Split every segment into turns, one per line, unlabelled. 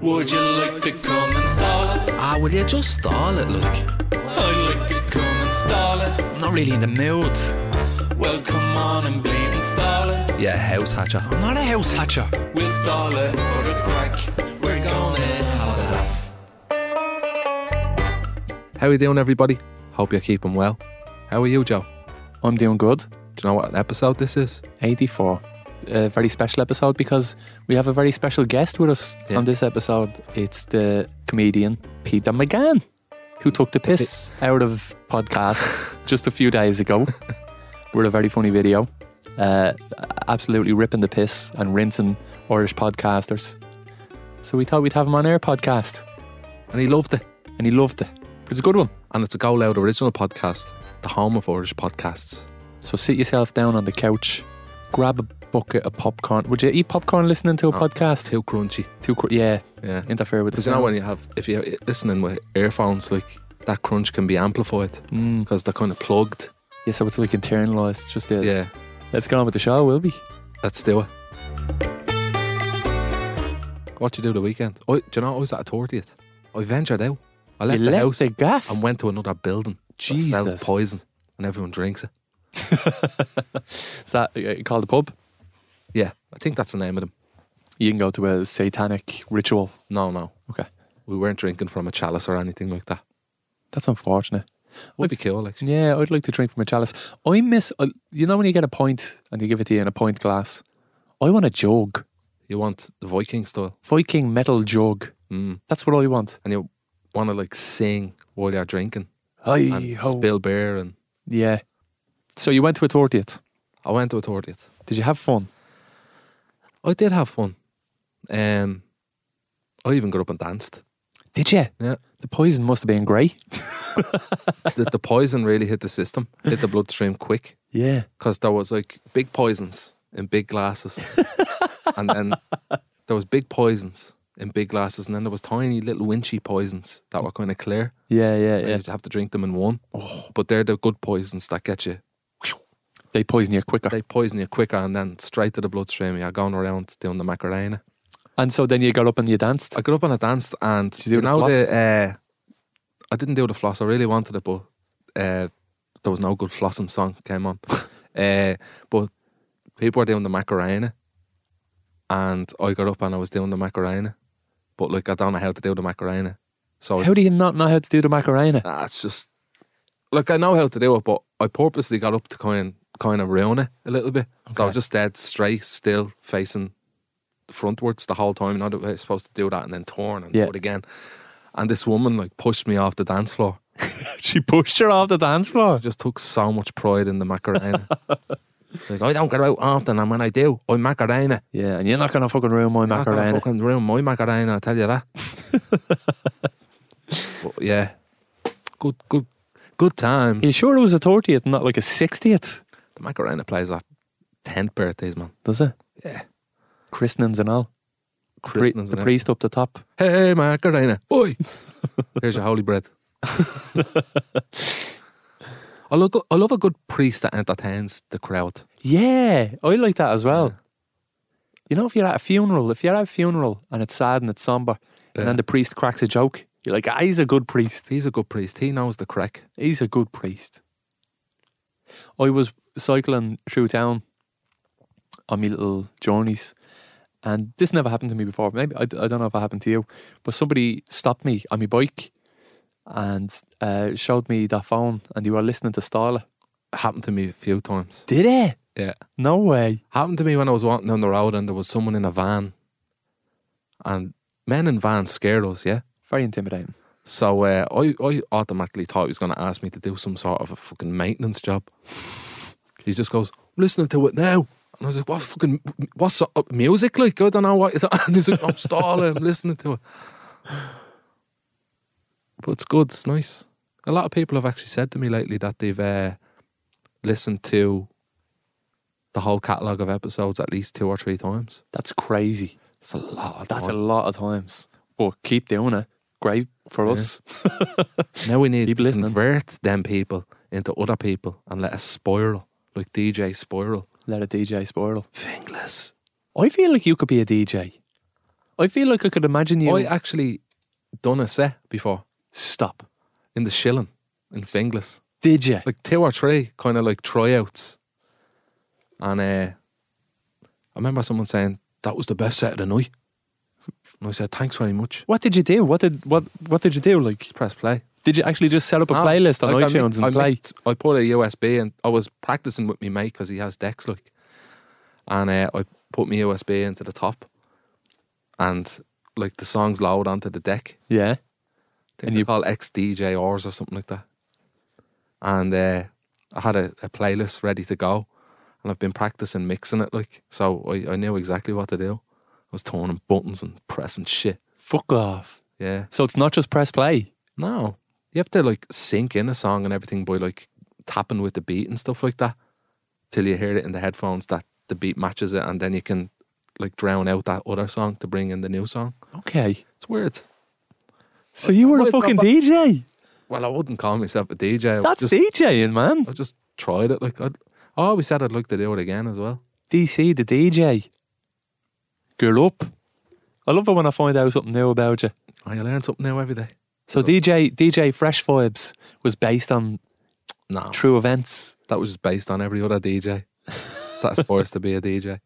Would you like to come and stall it?
Ah, will you just stall it, look?
I'd like to come and stall it.
I'm not really in the mood.
Well, come on and bleed and stall it.
Yeah, house hatcher. I'm not a house hatcher.
We'll stall it for the crack. We're gonna have a laugh.
How you doing, everybody? Hope you're keeping well. How are you, Joe?
I'm doing good.
Do you know what an episode this is?
84. A very special episode because we have a very special guest with us
Yeah.
on this episode. It's the comedian Peter McGann, who took the piss out of podcasts just a few days ago with a very funny video. Uh, absolutely ripping the piss and rinsing Irish podcasters. So we thought we'd have him on our podcast
And he loved it.
and he loved it.
It's a good one. And it's a Go Loud original podcast, the home of Irish podcasts.
So sit yourself down on the couch, grab a bucket of popcorn. Would you eat popcorn listening to a
No.
podcast?
Too crunchy.
Too, cr- yeah,
Yeah.
interfere with the
Because you know
sound.
when you have, if you're listening with earphones, like that crunch can be amplified
Mm.
because they're kind of plugged.
Yeah, so it's like internalized. Just uh,
Yeah,
Let's get on with the show, will we?
let's do it. What you do the weekend? Oh, do you know I was at a thirtieth? I ventured out. I left
you
the
left
house
the gaff.
and went to another building
Jesus.
that sells poison, and everyone drinks it.
Is that uh, called a pub?
Yeah, I think that's the name of them.
You can go to a satanic ritual.
No, no,
Okay,
we weren't drinking from a chalice or anything like that.
that's unfortunate.
Would be cool, actually.
Yeah, I'd like to drink from a chalice. I miss. Uh, you know when you get a pint and they give it to you in a pint glass. I want a jug,
You want the Viking style,
Viking metal jug.
mm.
That's what I want.
and you want to like sing while you're drinking and
Aye, ho.
spill beer. And
Yeah. So you went to a thirtieth.
I went to a thirtieth.
Did you have fun?
I did have fun. Um, I even got up and danced.
Did you?
Yeah.
The poison must have been great.
the, the poison really hit the system, hit the bloodstream quick,
Yeah.
because there was like big poisons in big glasses, and then there was big poisons in big glasses, and then there was tiny little winchy poisons that were kind of clear.
Yeah, yeah, yeah.
You'd have to drink them in one, but they're the good poisons that get you.
They poison you quicker.
They poison you quicker, and then straight to the bloodstream. You're going around doing the macarena.
And so then you got up and you danced.
I got up and I danced, and
you do the
know
floss?
the uh, I didn't do the floss. I really wanted it, but uh, there was no good flossing song came on. uh, but people were doing the Macarena, and I got up and I was doing the Macarena, but like I don't know how to do the Macarena, so
How do you not know how to do the Macarena?
Nah, it's just like I know how to do it, but I purposely got up to kind kind of ruin it a little bit. So I
Okay.
was just dead straight, still facing frontwards the whole time. You know, that we're supposed to do that and then turn and
Yeah.
do it again. And this woman like pushed me off the dance floor.
she pushed her off the dance floor.
I just took so much pride in the Macarena. like I don't get out often, and when I do, I Macarena.
Yeah, and you're not gonna fucking ruin my
I'm not gonna
Macarena.
fucking ruin my Macarena. I tell you that. but yeah, good, good, good time.
You sure it was a thirtieth, not like a sixtieth?
The Macarena plays off 10 birthdays, man.
Does it?
Yeah.
Christenings and all. Pri-
Christenings
the
and
priest up the top.
Hey, Macarena, boy. Here's your holy bread. I, look, I love a good priest that entertains the crowd.
Yeah, I like that as well. You know, if you're at a funeral, if you're at a funeral and it's sad and it's somber,
Yeah.
and then the priest cracks a joke, you're like, ah, he's a good priest.
He's a good priest. He knows the crack.
He's a good priest. I was cycling through town on my little journeys, and this never happened to me before. Maybe I, I don't know if it happened to you, but somebody stopped me on my bike and uh, showed me their phone, and they were listening to Starla.
Happened to me a few times.
Did it?
Yeah.
No way.
Happened to me when I was walking down the road and there was someone in a van. And men in vans scared us, yeah?
Very intimidating.
So uh, I, I automatically thought he was going to ask me to do some sort of a fucking maintenance job. He just goes, I'm listening to it now. And I was like, what fucking, what's so- uh, music like? I don't know what. you're- And he's like, I'm stalling, I'm listening to it. But it's good, it's nice. A lot of people have actually said to me lately that they've uh, listened to the whole catalogue of episodes at least two or three times.
That's crazy.
It's a lot of
That's a
time.
lot of times. But keep doing it. Great for
Yeah.
us.
Now we need
Keep
to
listening.
convert them people into other people and let us spiral like DJ Spiral.
Let a DJ spoil.
Fingless.
I feel like you could be a DJ. I feel like I could imagine you.
I actually done a set before
Stop.
in the shilling in Finglas.
Did you?
Like two or three kind of like tryouts. And uh, I remember someone saying, that was the best set of the night. And I said, thanks very much.
What did you do? What did what what did you do? Like,
Just press play.
did you actually just set up a
No,
playlist on
Ah, like, I
iTunes
mix- I
and play?
mix- I put a USB and I was practicing with me mate because he has decks like, and uh, I put my USB into the top, and like the songs load onto the deck.
Yeah. And
and
you-
you call X DJ Ors or something like that. And uh, I had a, a playlist ready to go, and I've been practicing mixing it like so. I, I knew exactly what to do. I was turning buttons and pressing shit.
Fuck off.
Yeah,
So it's not just press play.
no, you have to like sync in a song and everything by like tapping with the beat and stuff like that till you hear it in the headphones that the beat matches it, and then you can like drown out that other song to bring in the new song.
Okay.
It's weird.
So you were a
Wait, no,
fucking
but-
DJ.
Well, I wouldn't call myself a DJ. I
That's
just-
DJing, man.
I just tried it. Like I'd, I always said, I'd like to do it again as well.
DC the DJ. Girl up. I love it when I find out something new about you.
I learn something new every day.
So DJ DJ Fresh Vibes was based on
No,
true events.
that was just based on every other DJ. That's forced to be a DJ.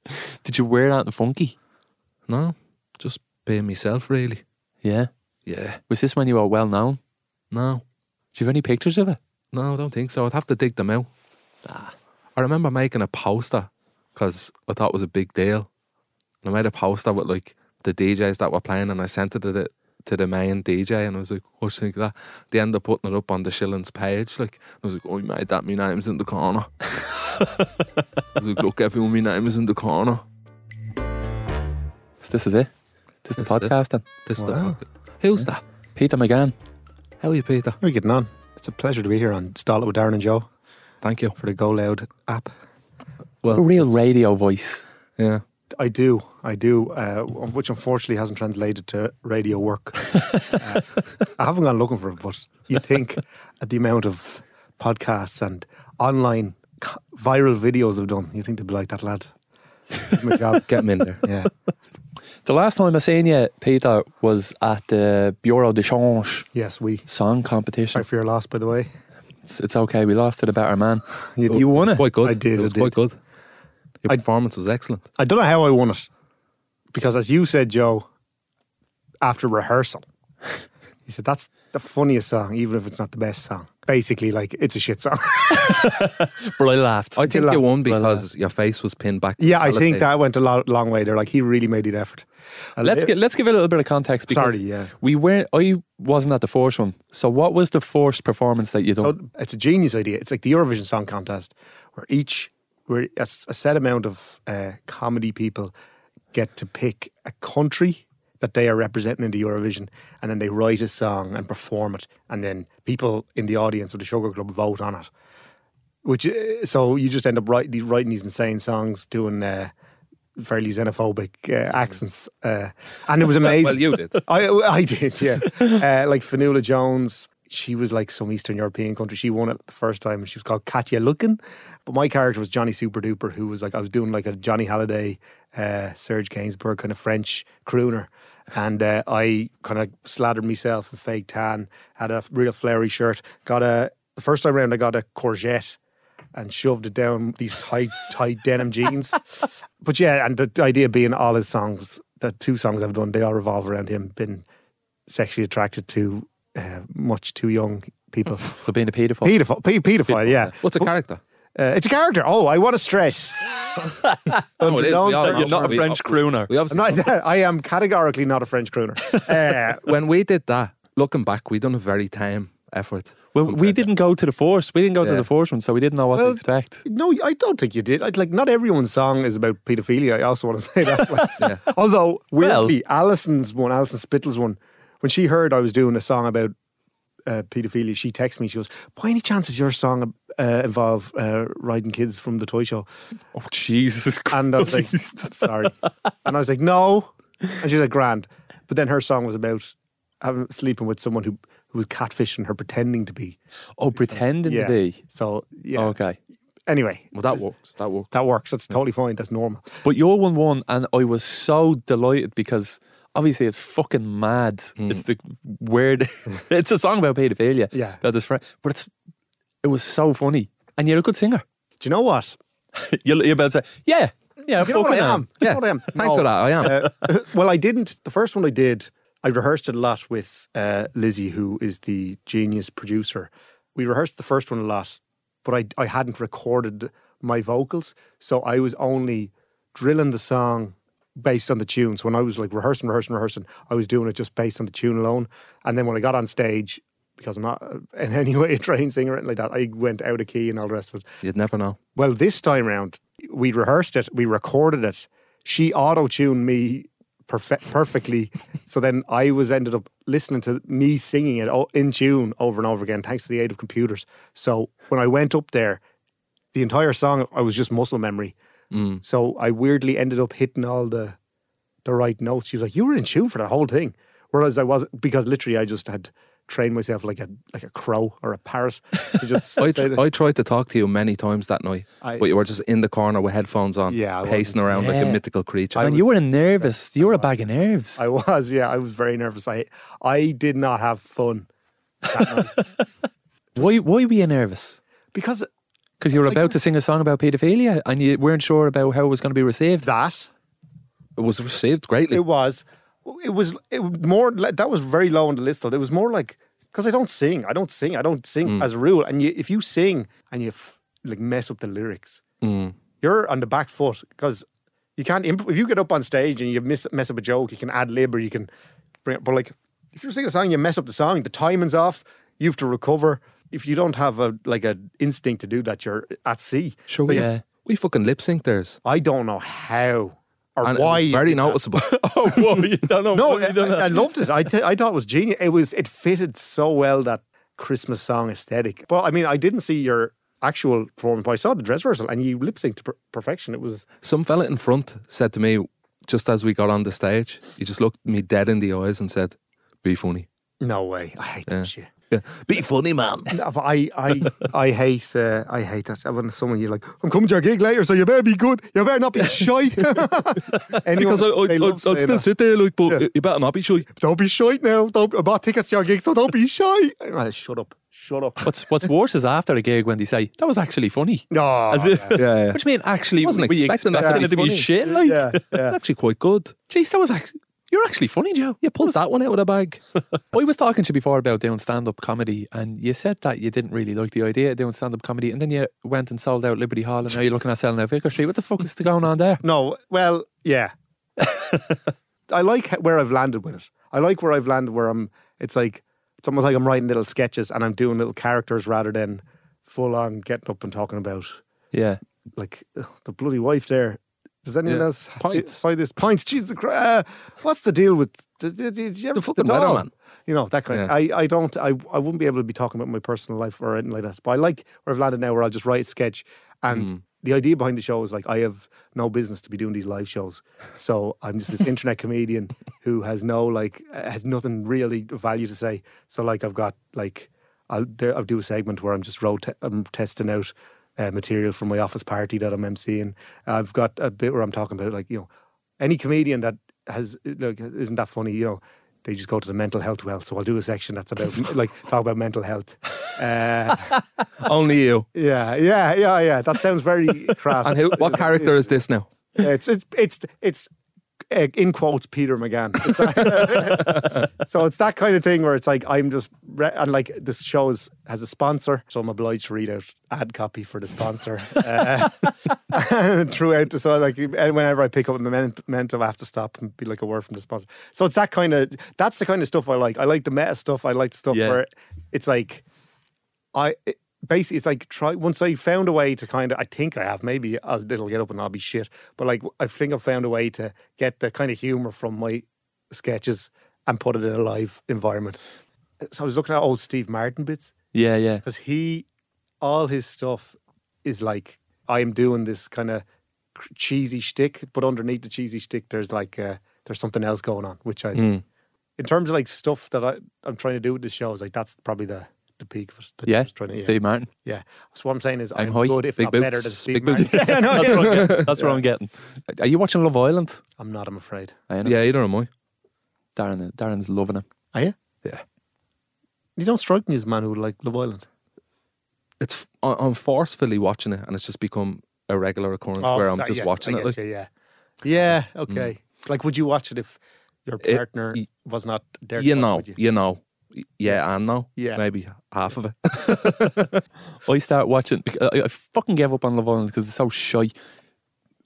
Did you wear that in funky?
No, just being myself, really.
Yeah.
Yeah.
Was this when you were well known?
No,
Do you have any pictures of it?
no, I don't think so. I'd have to dig them out.
Ah.
I remember making a poster because I thought it was a big deal, and I made a poster with like the DJs that were playing, and I sent it to the to the main DJ, and I was like, "What do you think of that?" They ended up putting it up on the Shillings page. Like I was like, "Oh, mate, that me name's in the corner." I was like, "Look, everyone, me name is in the corner."
So this is it. This is the
This is it.
podcast then.
This is
Wow.
the podcast. Who's that?
Peter McGann.
How are you, Peter?
How are you getting on? It's a pleasure to be here on Stall It with Darren and Joe
Thank you.
for the Go Loud app.
Well,
A real radio voice.
yeah.
I do, I do, uh, which unfortunately hasn't translated to radio work. Uh, I haven't gone looking for it, but you think at the amount of podcasts and online c- viral videos I've done, you think they'd be like that lad. Give him a job.
Get him in there.
Yeah,
The last time I seen you, Peter, was at the Bureau de Change
yes, we.
song competition.
Sorry for your loss, by the way.
It's, it's okay. We lost to the better man.
You
You won
It's
it.
quite good.
I did,
It
I
was
did.
quite good. Your
I-
performance was excellent.
I don't know how I won it because, as you said, Joe, after rehearsal, he said that's the funniest song, even if it's not the best song. Basically, like it's a shit song.
But I laughed.
I think
laugh.
you won
Well, uh,
because your face was pinned back.
yeah, I
Validate.
think that went a lo- long way. They're like, he really made an effort. And
let's
it-
get let's give it a little bit of context because
Sorry, yeah.
we were I wasn't at the first one. So what was the first performance that you done?
So it's a genius idea. It's like the Eurovision Song Contest, where each where a, s- a set amount of uh, comedy people get to pick a country that they are representing in the Eurovision, and then they write a song and perform it, and then people in the audience of the Sugar Club vote on it. Which uh, so you just end up write, these- writing these insane songs, doing uh, fairly xenophobic uh, accents, uh, and it was amazing.
Well, you did.
I I did, yeah. uh, like Fanula Jones, she was like some Eastern European country. She won it the first time, and she was called Katya Lukin. But my character was Johnny Super Duper, who was like I was doing like a Johnny Halliday, uh, Serge Gainsbourg kind of French crooner, and uh, I kind of slathered myself in fake tan, had a real flowery shirt, got a the first time round I got a courgette and shoved it down these tight, tight denim jeans. But yeah, and the idea being all his songs, the two songs I've done, they all revolve around him being sexually attracted to uh, much too young people.
So being a paedophile.
Pedophile, pe- pedophile, yeah.
What's a character?
Uh, it's a character. Oh, I want to stress.
No, Oh, it is.
don't
We all
say
know.
You're not a
We-
French
we-
crooner.
We obviously
No, I am categorically not a French crooner. Uh,
when we did that, looking back, we done a very tame effort.
Well, we didn't go to the force. We didn't go to
Yeah.
the force one, so we didn't know what to
Well,
expect.
No, I don't think you did. I'd, like, not everyone's song is about paedophilia. I also want to say that. Like, Although,
Well-
weirdly, Alison's one, Alison Spittle's one, when she heard I was doing a song about uh, paedophilia, she texted me. She goes, "By any chance, does your song uh, involve uh, riding kids from the toy show?"
Oh Jesus
And I was like, "Sorry," and I was like, "No," and she's like, "Grand," but then her song was about having sleeping with someone who who was catfishing her, pretending to be.
Oh, pretending
Yeah.
to be.
So yeah.
Okay.
Anyway,
Well, that works. That works.
that works. That's totally fine. That's normal.
But your one won, and I was so delighted because obviously it's fucking mad.
Hmm.
It's the weird. it's a song about paedophilia.
Yeah.
that is friend, but it's it was so funny, and you're a good singer.
Do you know what?
You're, you're about to say, yeah, yeah,
You know what
fucking
I am? You
Yeah,
know what I am?
Thanks for
No.
that. I am.
Uh, well, I didn't. The first one I did, I rehearsed it a lot with uh, Lizzie, who is the genius producer. We rehearsed the first one a lot, but I, I hadn't recorded my vocals. So I was only drilling the song based on the tune. So when I was like rehearsing, rehearsing, rehearsing, I was doing it just based on the tune alone. And then when I got on stage, because I'm not uh, in any way a trained singer or anything like that, I went out of key and all the rest of it.
You'd never know.
Well, this time round, we rehearsed it, we recorded it. She auto tuned me perfect, perfectly. so then I was ended up listening to me singing it o- in tune over and over again, thanks to the aid of computers. So when I went up there, the entire song, I was just muscle memory. So I weirdly ended up hitting all the the right notes. She was like, "You were in tune for that whole thing," whereas I wasn't because literally I just had trained myself like a like a crow or a parrot. To just
I,
say
tr-
that-
I tried to talk to you many times that night,
I-
but you were just in the corner with headphones on,
Yeah, I
pacing around like
Yeah.
a mythical creature.
and you were nervous. You were a bag of nerves.
I was, yeah, I was very nervous. I I did not have fun
why? Why were you nervous?
because
Because you were about to sing a song about paedophilia, and you weren't sure about how it was going to be received.
that
it was received greatly.
it was, it was it was more like- that was very low on the list though. It was more like because I don't sing, I don't sing, I don't sing as a rule. And you, if you sing and you f- like mess up the lyrics, you're on the back foot because you can't. Imp- if you get up on stage and you miss mess up a joke, you can ad lib or you can bring. It, but like if you're singing a song, you mess up the song. The timing's off. You have to recover. If you don't have a like an instinct to do that, you're at sea.
sure,
So
we,
yeah.
we fucking lip synced theirs.
I don't know how or
And it was
why.
Very noticeable.
oh, whoa, you don't know.
no,
why
I,
you done that.
I loved it. I, th- I thought it was genius. It was it fitted so well that Christmas song aesthetic. Well, I mean, I didn't see your actual performance, but I saw the dress rehearsal and you lip synced to per- perfection. It was
Some fella in front said to me, just as we got on the stage, he just looked me dead in the eyes and said, Be funny.
no way. I hate that shit.
Yeah. Be funny, man.
No, but I I I hate uh, I hate that. When someone you're like, I'm coming to your gig later, so you better be good. You better not be shite. Anyone,
Because I, I,
they
I,
love
I'd
saying
still
that.
sit there, like, but
Yeah.
you better not be sure.
Don't be shite now. Don't. I bought tickets to your gig, so don't be shite. Ah, shut up. Shut up.
What's What's worse is after a gig when they say that was actually funny.
No.
As if,
yeah.
What do you mean? Actually,
I wasn't
were you
expecting that to
expecting
be
it to be
funny.
shit. Like,
yeah, yeah.
Actually, quite good.
Jeez, that was actually. You're actually funny, Joe.
You pulled that one out of the bag.
I was talking to you before about doing stand up comedy, and you said that you didn't really like the idea of doing stand up comedy, and then you went and sold out Liberty Hall, and now you're looking at selling out Vicar Street. What the fuck is going on there?
No, well, yeah. I like h- where I've landed with it. I like where I've landed where I'm. It's like it's almost like I'm writing little sketches and I'm doing little characters rather than full on getting up and talking about
Yeah.
like ugh, the bloody wife there. Does anyone
Yeah.
else
Pints.
buy this? Pints. Jesus Christ. Uh, what's the deal with the, the, the, did you ever see
fucking
dog?
weatherman.
You know that kind.
Yeah.
I I don't. I I wouldn't be able to be talking about my personal life or anything like that. But I like where I've landed now, where I'll just write a sketch. And
Hmm.
the idea behind the show is like I have no business to be doing these live shows. So I'm just this internet comedian who has no like uh, has nothing really of value to say. So like I've got like I'll there, I'll do a segment where I'm just road te- I'm testing out uh, material from my office party that I'm emceeing. I've got a bit where I'm talking about like you know any comedian that has like isn't that funny you know they just go to the mental health well so i'll do a section that's about like talk about mental health uh,
Only you.
yeah yeah yeah yeah that sounds very crass
And who, what character is this now?
it's it's it's, it's uh, in quotes peter mcgann It's that- so it's that kind of thing where it's like i'm just re- and like this show is, has a sponsor so i'm obliged to read out ad copy for the sponsor uh, throughout the- so like and whenever i pick up a memento i have to stop and be like a word from the sponsor so it's that kind of that's the kind of stuff i like i like the meta stuff i like stuff
Yeah.
where it's like I it, basically it's like try once I found a way to kind of I think I have maybe I'll, it'll get up and I'll be shit, but like I think I found a way to get the kind of humor from my sketches and put it in a live environment. So I was looking at old Steve Martin bits
Yeah, yeah.
because he all his stuff is like I am doing this kind of cheesy shtick, but underneath the cheesy shtick, there's like uh, there's something else going on, which I. In terms of like stuff that I, I'm trying to do with the show, is like that's probably the the peak of it. that I
Yeah.
was trying to,
Steve Martin.
yeah. So what I'm saying is I'm,
high,
good if
big
not better than
boots,
Steve
big boots.
Martin. Yeah, no,
That's
yeah.
what I'm getting. That's what I'm getting. Are you watching Love Island?
I'm not, I'm afraid.
I know.
Yeah, either am I.
Darren, Darren's loving it.
Are you?
Yeah.
You don't strike me as a man who would like Love Island.
It's I- I'm forcefully watching it, and it's just become a regular occurrence where I'm
sorry,
just
Oh, yes,
watching
I
it.
get
Like, Mm.
you, yeah. Yeah. Okay. Like, would you watch it if your
It-
partner
y-
was not there? to
you
watch,
know,
would
you?
you?
know, Y- yeah,
Yes.
and no,
Yeah.
maybe half of it.
I start watching. bec- I, I fucking gave up on Love Island because it's so shy.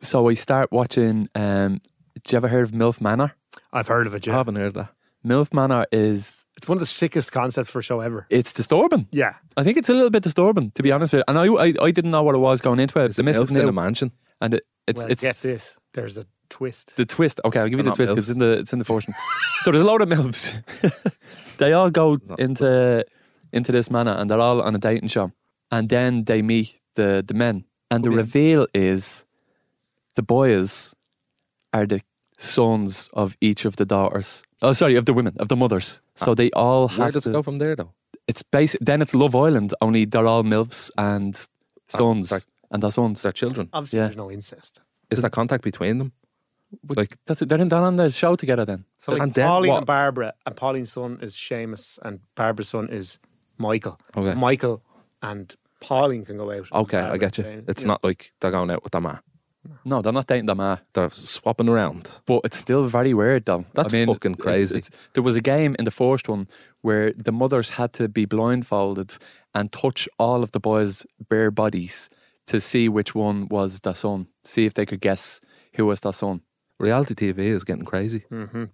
So I start watching. Um, do you ever heard of MILF Manor?
I've heard of it.
I
Yeah.
haven't heard that.
MILF Manor is
It's one of the sickest concepts for a show ever.
it's disturbing.
Yeah.
I think it's a little bit disturbing to be honest with you. And I, I, I didn't know what it was going into it.
Is
The
it
missus
Milfs in
knew,
a mansion?
and it, it's
well,
it's
get this. There's a twist.
the twist. Okay, I'll give you
They're
the
not
twist because it's in the it's in the fortune. so there's a load of MILFs. they all go
Not
into into this manor and they're all on a dating show. And then they meet the the men. And the
Okay.
reveal is the boys are the sons of each of the daughters. Oh sorry, of the women, of the mothers. So they all
Ah. Where
have
does
to,
it go from there, though?
it's basic then it's Love Island, only they're all MILFs and sons.
Ah, sorry.
and their sons.
Their children.
Obviously,
yeah.
there's no incest.
Is there contact between them? Like,
That's it, they're, in, they're on the show together then.
So like
And then
Pauline
what?
and Barbara, and Pauline's son is Seamus, and Barbara's son is Michael.
Okay.
Michael and Pauline can go out.
okay, I get you. It's not like they're going out with their man.
No, they're not dating ah. their ma.
They're swapping around.
But it's still very weird, though.
That's fucking
it's-
crazy.
it's- there was a game in the first one where the mothers had to be blindfolded and touch all of the boys' bare bodies to see which one was their son. See if they could guess who was their son.
Reality TV is getting crazy.
Mm-hmm.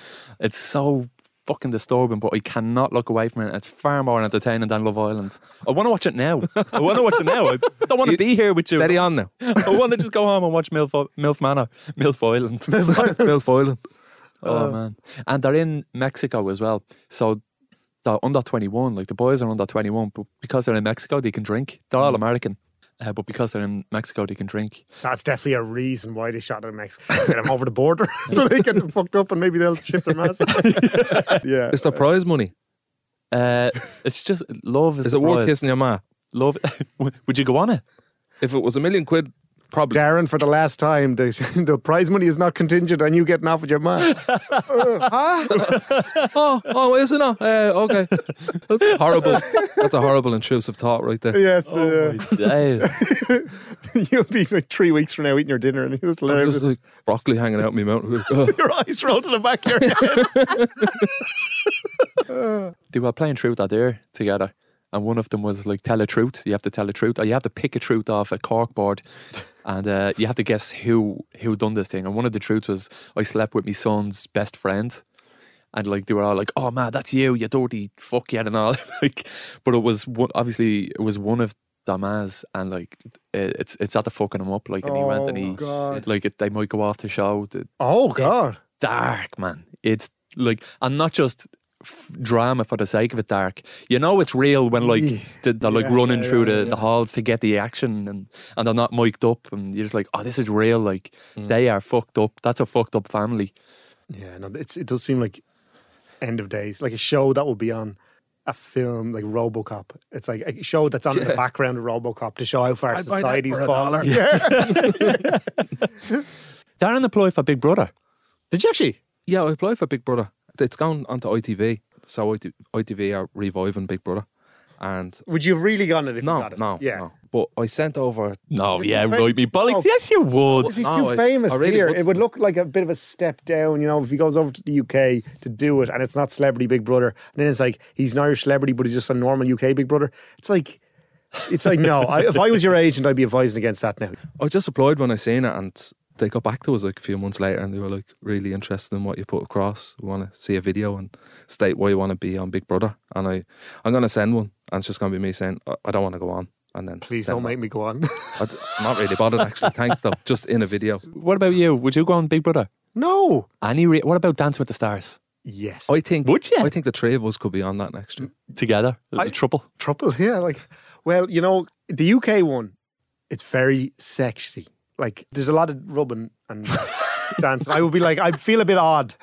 It's so fucking disturbing, but I cannot look away from it. It's far more entertaining than Love Island. I want to watch it now. I want to watch it now. I don't want to be here with you.
Steady on now.
I want to just go home and watch Milf, Milf Manor, Milf Island.
Milf Island.
Oh man! And they're in Mexico as well, so they're under twenty one. Like the boys are under twenty one, but because they're in Mexico, they can drink. They're all
Mm.
American, uh, but because they're in Mexico, they can drink.
That's definitely a reason why they shot it in Mexico. Get them over the border so they get them fucked up and maybe they'll shift their mass. yeah.
It's the prize money.
Uh, it's just love is,
Is
the
it worth
prize.
kissing your ma?
Love. Would- Would you go on it?
If it was a million quid, probably.
Darren, for the last time, the, the prize money is not contingent on you getting off with your man.
oh, oh, is it not? Uh, okay. That's horrible. That's a horrible intrusive thought right there.
yes, uh,
Eh,
you'll be like three weeks from now eating your dinner, and he was
I'm
hilarious.
just like broccoli hanging out my mouth. Ugh.
your eyes roll to the back of your head.
they were playing truth or dare together, and one of them was like, "Tell a truth." You have to tell a truth, or you have to pick a truth off a corkboard, and uh, you have to guess who who done this thing. And one of the truths was, "I slept with my son's best friend," and like they were all like, "Oh man, that's you, you dirty fuck yet," and all like. But it was one, obviously it was one of Damas, and like it, it's it's at the fucking him up, like, and he went and he.
Oh, God.
Like it, they might go off the show. The,
Oh, God.
dark, man. It's like, and not just f- drama for the sake of it dark. You know, it's real when like
Yeah.
th- they're like
Yeah,
running
yeah,
through
yeah,
the,
yeah.
the halls to get the action and, and they're not mic'd up. And you're just like, oh, this is real. Like, they are fucked up. That's a fucked up family.
Yeah, no, it's, it does seem like end of days, like a show that will be on a film like RoboCop. It's like a show that's on in the background of RoBocop to show how far society's fallen. Yeah.
They're an employee for Big Brother.
Did you actually?
Yeah, I applied for Big Brother. It's gone onto ITV. So IT- ITV are reviving Big Brother. And
Would you have really gone it if you
no,
got it?
no,
yeah.
no. But I sent over.
No,
Is
yeah,
he fa-
right, me bollocks.
Oh.
Yes, you would.
Because he's
No,
too
I-
famous
I really
here.
would-
It would look like a bit of a step down, you know, if he goes over to the UK to do it and it's not Celebrity Big Brother. And then it's like, he's an Irish celebrity, but he's just a normal UK Big Brother. It's like, it's like, no, I, if I was your agent, I'd be advising against that now.
I just applied when I seen it, and they got back to us like a few months later, and they were like really interested in what you put across. We want to see a video and state why you want to be on Big Brother. And I, I'm gonna send one, and it's just gonna be me saying I, I don't want to go on. And then
Please
send
don't
one.
make me go on.
I d- I'm not really bothered actually. Thanks though. Just in a video.
What about you? Would you go on Big Brother?
no.
Any re- what about Dancing with the Stars?
Yes.
I think.
Would ya?
I think the three of us could be on that next year.
Together,
I-
the trouble.
Trouble, yeah. Like, well, you know, the UK one, it's very sexy. Like, there's a lot of rubbing and dancing. I would be like, I'd feel a bit odd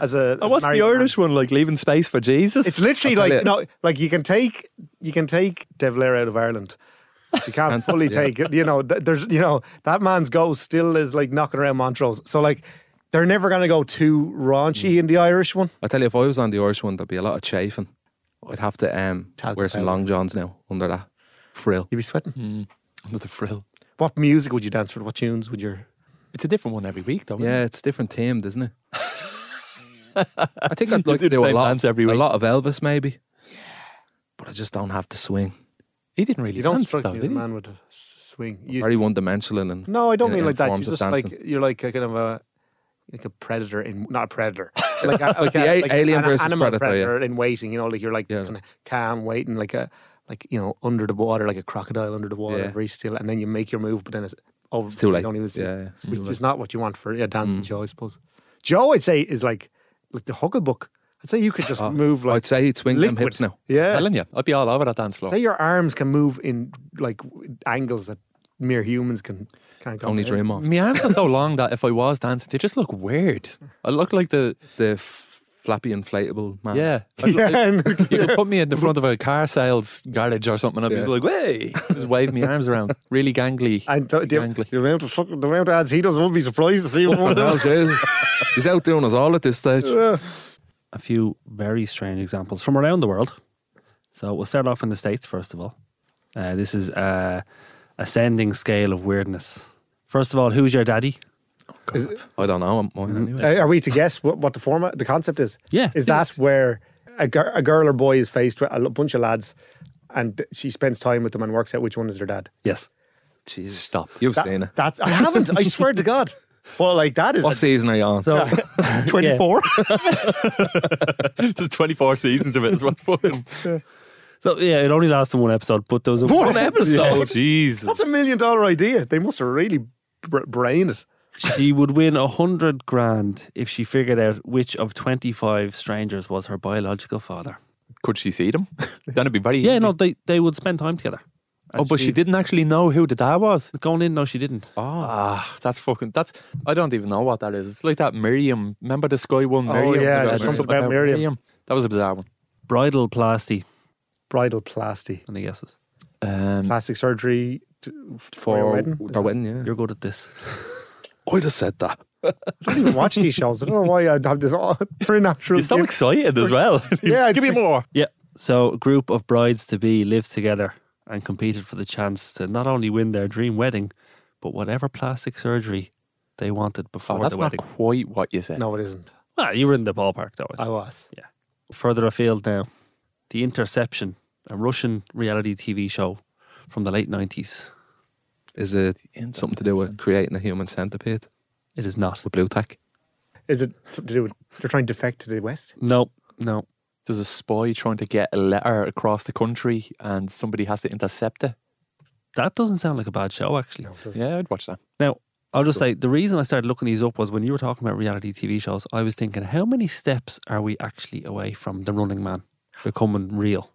as a.
Oh,
And
as
what's
married
the
man.
Irish one like? Leaving space for Jesus?
It's literally
I'll
like
tell
no, like you can take you can take De Valera out of Ireland. You can't fully
yeah.
take it. You know, th- there's you know that man's ghost still is like knocking around Montrose. So like They're never going to go too raunchy in the Irish one.
I tell you, if I was on the Irish one, there'd be a lot of chafing. I'd have to um,
Talc
wear some
powder.
long johns now under that frill.
You'd be sweating.
Under the frill.
What music would you dance for? What tunes would your
It's a different one every week, though. isn't
Yeah,
it?
it's different themed, isn't it? I think I'd
You
like
do
to
the
do a
same
lot,
dance every
a
week.
lot of Elvis, maybe. But I just don't have the swing.
He didn't really
you don't
dance,
strike
though,
me as a
did he?
man with a s- swing. You-
Very one dimensional and
no, I don't
in-
mean
in
like that. You're
forms of
just like
dancing.
you're like a kind of a like a predator in not a predator, like, a, like,
the
a,
a-
like
alien
an
versus
animal
predator, yeah.
in waiting. You know, like you're like just
Yeah.
kind of calm, waiting, like a like you know under the water, like a crocodile under the water,
Yeah.
very still, and then you make your move, but then it's over.
it's too
you
late.
Don't even see it.
yeah, it's too
which
late. Mm.
is not what you want for a dancing show, I suppose. Joe, I'd say, is like like the Huggle Book. I'd say you could just
Oh,
move like
I'd say he'd swing them
liquid.
hips now.
yeah.
Telling you, I'd be all over that dance floor.
Say your arms can move in like w- angles that mere humans can can't.
Only
comprehend.
dream of.
My arms are so long that if I was dancing, they just look weird. I look like the
The f- flappy inflatable man.
yeah. I'd look-
Yeah,
you could put me in the front of a car sales garage or something. I'd be
Yeah.
just like, way, just wave my arms around, really gangly.
and the, the,
Exactly.
the amount of fucking, the amount of ads he does, I wouldn't be surprised to see him.
Oh,
one
no,
of
Jesus. He's out doing us all at this stage.
them.
a few very strange examples from around the world. So we'll start off in the States, first of all. Uh, this is a ascending scale of weirdness. First of all, who's your daddy?
Is-
I don't know. I'm mine
uh,
anyway.
are we to guess what, what the format, the concept is?
Yeah.
Is that where a, gir- a girl or boy is faced with a l- bunch of lads, and she spends time with them and works out which one is their dad?
Yes.
Jesus.
Stop.
You've
That-
seen it.
That's I haven't. I swear to God. Well, like that is
What season are you on?
So
twenty four.
There's 24 seasons of it. Is what's fucking.
so yeah, it only lasts in one episode, but those are
One episode.
Oh, Jesus.
That's a million dollar idea. They must have really br- brained it.
she would win a hundred grand if she figured out which of twenty five strangers was her biological father.
Could she see them? then it'd be very
Yeah,
easy.
no, they, they would spend time together.
Oh, but she didn't actually know who the dad was.
Going in, no, she didn't.
oh,
Ah, that's fucking. That's. I don't even know what that is. It's like that Miriam. Remember the Sky One?
Oh,
Miriam?
yeah,
They
there's
said
something about Miriam.
That was a bizarre one.
Bridal plasty.
Bridal plasty,
Any guesses?
Um,
plastic surgery to, for your
for
wedding.
their wedding, yeah.
You're good at this.
I'd have said that.
I don't even watch these shows. I don't know why I have this all preternatural.
you're so excited as well.
Yeah,
give me more.
Yeah. So, a group of brides to be lived together and competed for the chance to not only win their dream wedding, but whatever plastic surgery they wanted
Oh,
before
that's
the
not
wedding.
quite what you said.
no, it isn't.
Well, you were in the ballpark, though.
I was.
Uh, Further afield now, The Interception, a Russian reality TV show from the late 90s.
Is it something to do with creating a human centipede
It is not.
with blue tack?
Is it something to do with they're trying to defect to the west?
No, no.
There's a spy trying to get a letter across the country, and somebody has to intercept it.
That doesn't sound like a bad show, actually.
No, it doesn't.
Yeah, I'd watch that.
Now, I'll just say the reason I started looking these up was when you were talking about reality TV shows, I was thinking, how many steps are we actually away from The Running Man becoming real?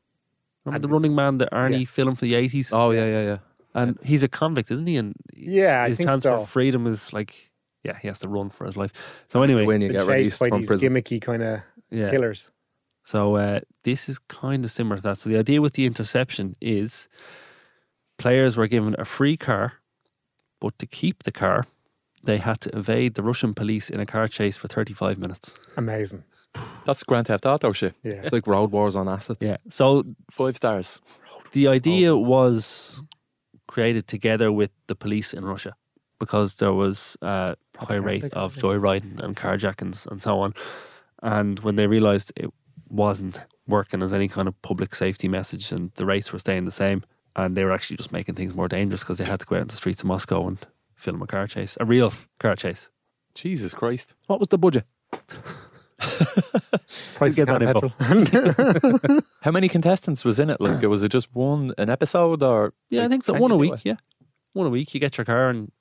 Remember
And
The
this-
Running Man, the Arnie
yes.
film from the 80s?
Oh, yeah, yeah, yeah.
and he's a convict, isn't he? And
Yeah, I
his
think
chance
so.
for freedom is like, yeah, he has to run for his life. So, anyway,
When you
Been
get released
chased by
from
these
prison.
gimmicky kind of
yeah.
killers.
So uh, this is kind of similar to that. So the idea with the interception is players were given a free car, but to keep the car, they had to evade the Russian police in a car chase for 35 minutes.
Amazing.
That's Grand Theft Auto shit.
Yeah.
It's like Road Wars on acid.
Yeah. So
Five stars.
the idea
Oh.
was created together with the police in Russia because there was a high rate
Propaganda,
of
yeah.
joyriding and carjackings and so on. And when they realized it wasn't working as any kind of public safety message and the rates were staying the same, and they were actually just making things more dangerous because they had to go out in the streets of Moscow and film a car chase, a real car chase.
Jesus Christ.
What was the budget?
Price
get
of a
that
can of
How many contestants was in it? Like, was it just one an episode or?
Yeah, I
like,
think so.
can
One
you
a
do
week,
it?
yeah. One a week, you get your car, and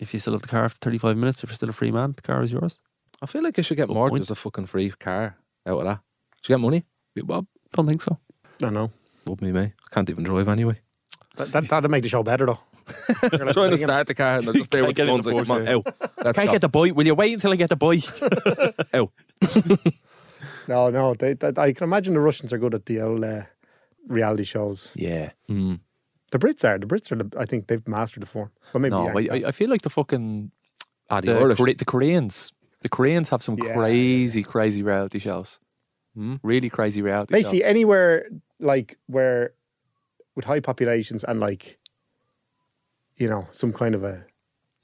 if you still have the car after 35 minutes, if you're still a free man, the car is yours.
I feel like I should get more than
point.
just a fucking free car out of that. Should you get money? You Bob?
Don't think so.
I know.
Would me, mate. I can't even drive anyway.
That, that, that'd make the show better, though. You're like,
trying to
bringing-
start the car and they're just there
Can't
with the
get in
guns
the
like, come on,
Porsche.
out. Let's
Can't
go.
get the boy. Will you wait until I get the boy?
No, no. They, that, I can imagine the Russians are good at the old uh, reality shows.
Yeah.
Mm.
The Brits are. The Brits are. The, I think they've mastered the form. But maybe
No,
yeah,
I, I- I feel like the fucking
Ah, the
the,
Irish.
Kore- the Koreans The Koreans have some
Yeah, yeah,
crazy, crazy reality shows.
Hmm?
Really crazy reality
Basically,
shows.
anywhere like where with high populations and like you know some kind of a.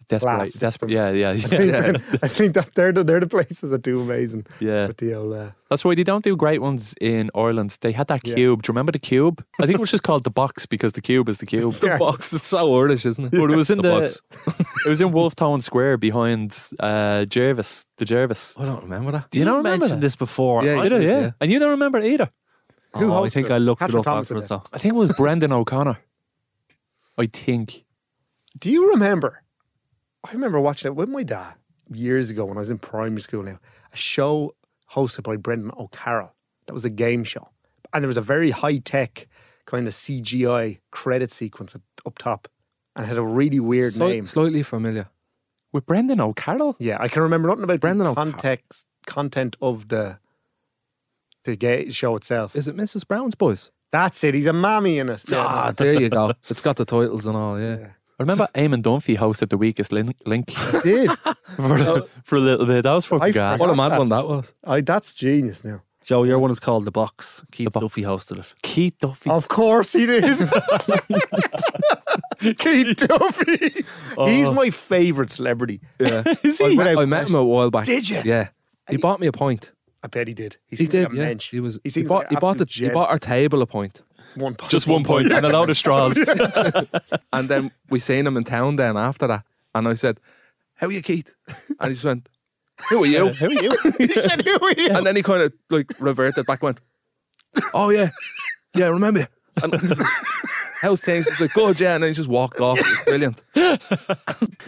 Desperate,
class systems.
desperate. Yeah, yeah,
I
yeah,
think that they're the, they're the places that do amazing
yeah.
with the old. Uh,
That's why they don't do great ones in Ireland. They had that
Yeah.
cube. Do you remember the cube? I think it was just called the box because the cube is the cube.
Yeah.
Box. It's so Irish, isn't it?
But it was in
The
the,
box.
it was in Wolf Town Square behind uh, Jervis, the Jervis.
I don't remember that.
Do you not remember
mentioned
that?
this before.
Yeah, you
I,
Did I? yeah.
yeah.
And you don't remember it either.
Who
oh, I
hosted
think
it?
I looked
Catherine
it up after
Thompson did.
myself.
I think it was Brendan O'Connor. I think.
Do you remember? I remember watching it with my dad years ago when I was in primary school now. A show hosted by Brendan O'Carroll. That was a game show. And there was a very high tech kind of CGI credit sequence at, up top and it had a really weird
Slight-
name.
Slightly familiar.
With Brendan O'Carroll?
Yeah, I can remember nothing about
Brendan
the
O'Carroll.
context content of the the ga- show itself.
Is it Mrs. Brown's Boys?
That's it. He's a mammy in it.
Ah, there you go. It's got the titles and all, yeah.
Yeah.
I remember Eamon Dunphy hosted The Weakest Lin- Link
I did.
for, a- for a little bit. That was fucking
I
gas.
forgot.
What a mad
that.
one that was.
I, that's genius now.
Joe, your one is called The Box. Keith
Box.
Duffy hosted it.
Keith Duffy.
Of course he did. Keith Duffy. He's
Oh.
my favourite celebrity.
Yeah.
Is
I
he?
met, I met him a while back.
Did you?
Yeah. He bought me a pint.
I bet he did. He,
He
seems
did,
Like a
yeah.
mensch.
He was. He,
seems
bought.
like
he
an
bought the.
absolute
He
gent.
bought our table a pint,
one point.
Just one point and a load of straws.
and then we seen him in town. Then after that, and I said, "How are you, Keith?" And he just went, "Who are you?"
Who are you?
he said, "Who are you?"
And then he kind of like reverted back, and went, "Oh yeah, yeah, I remember." you." And I was like, how's things? He's like, "Good, yeah," and then he just walked off. It was brilliant.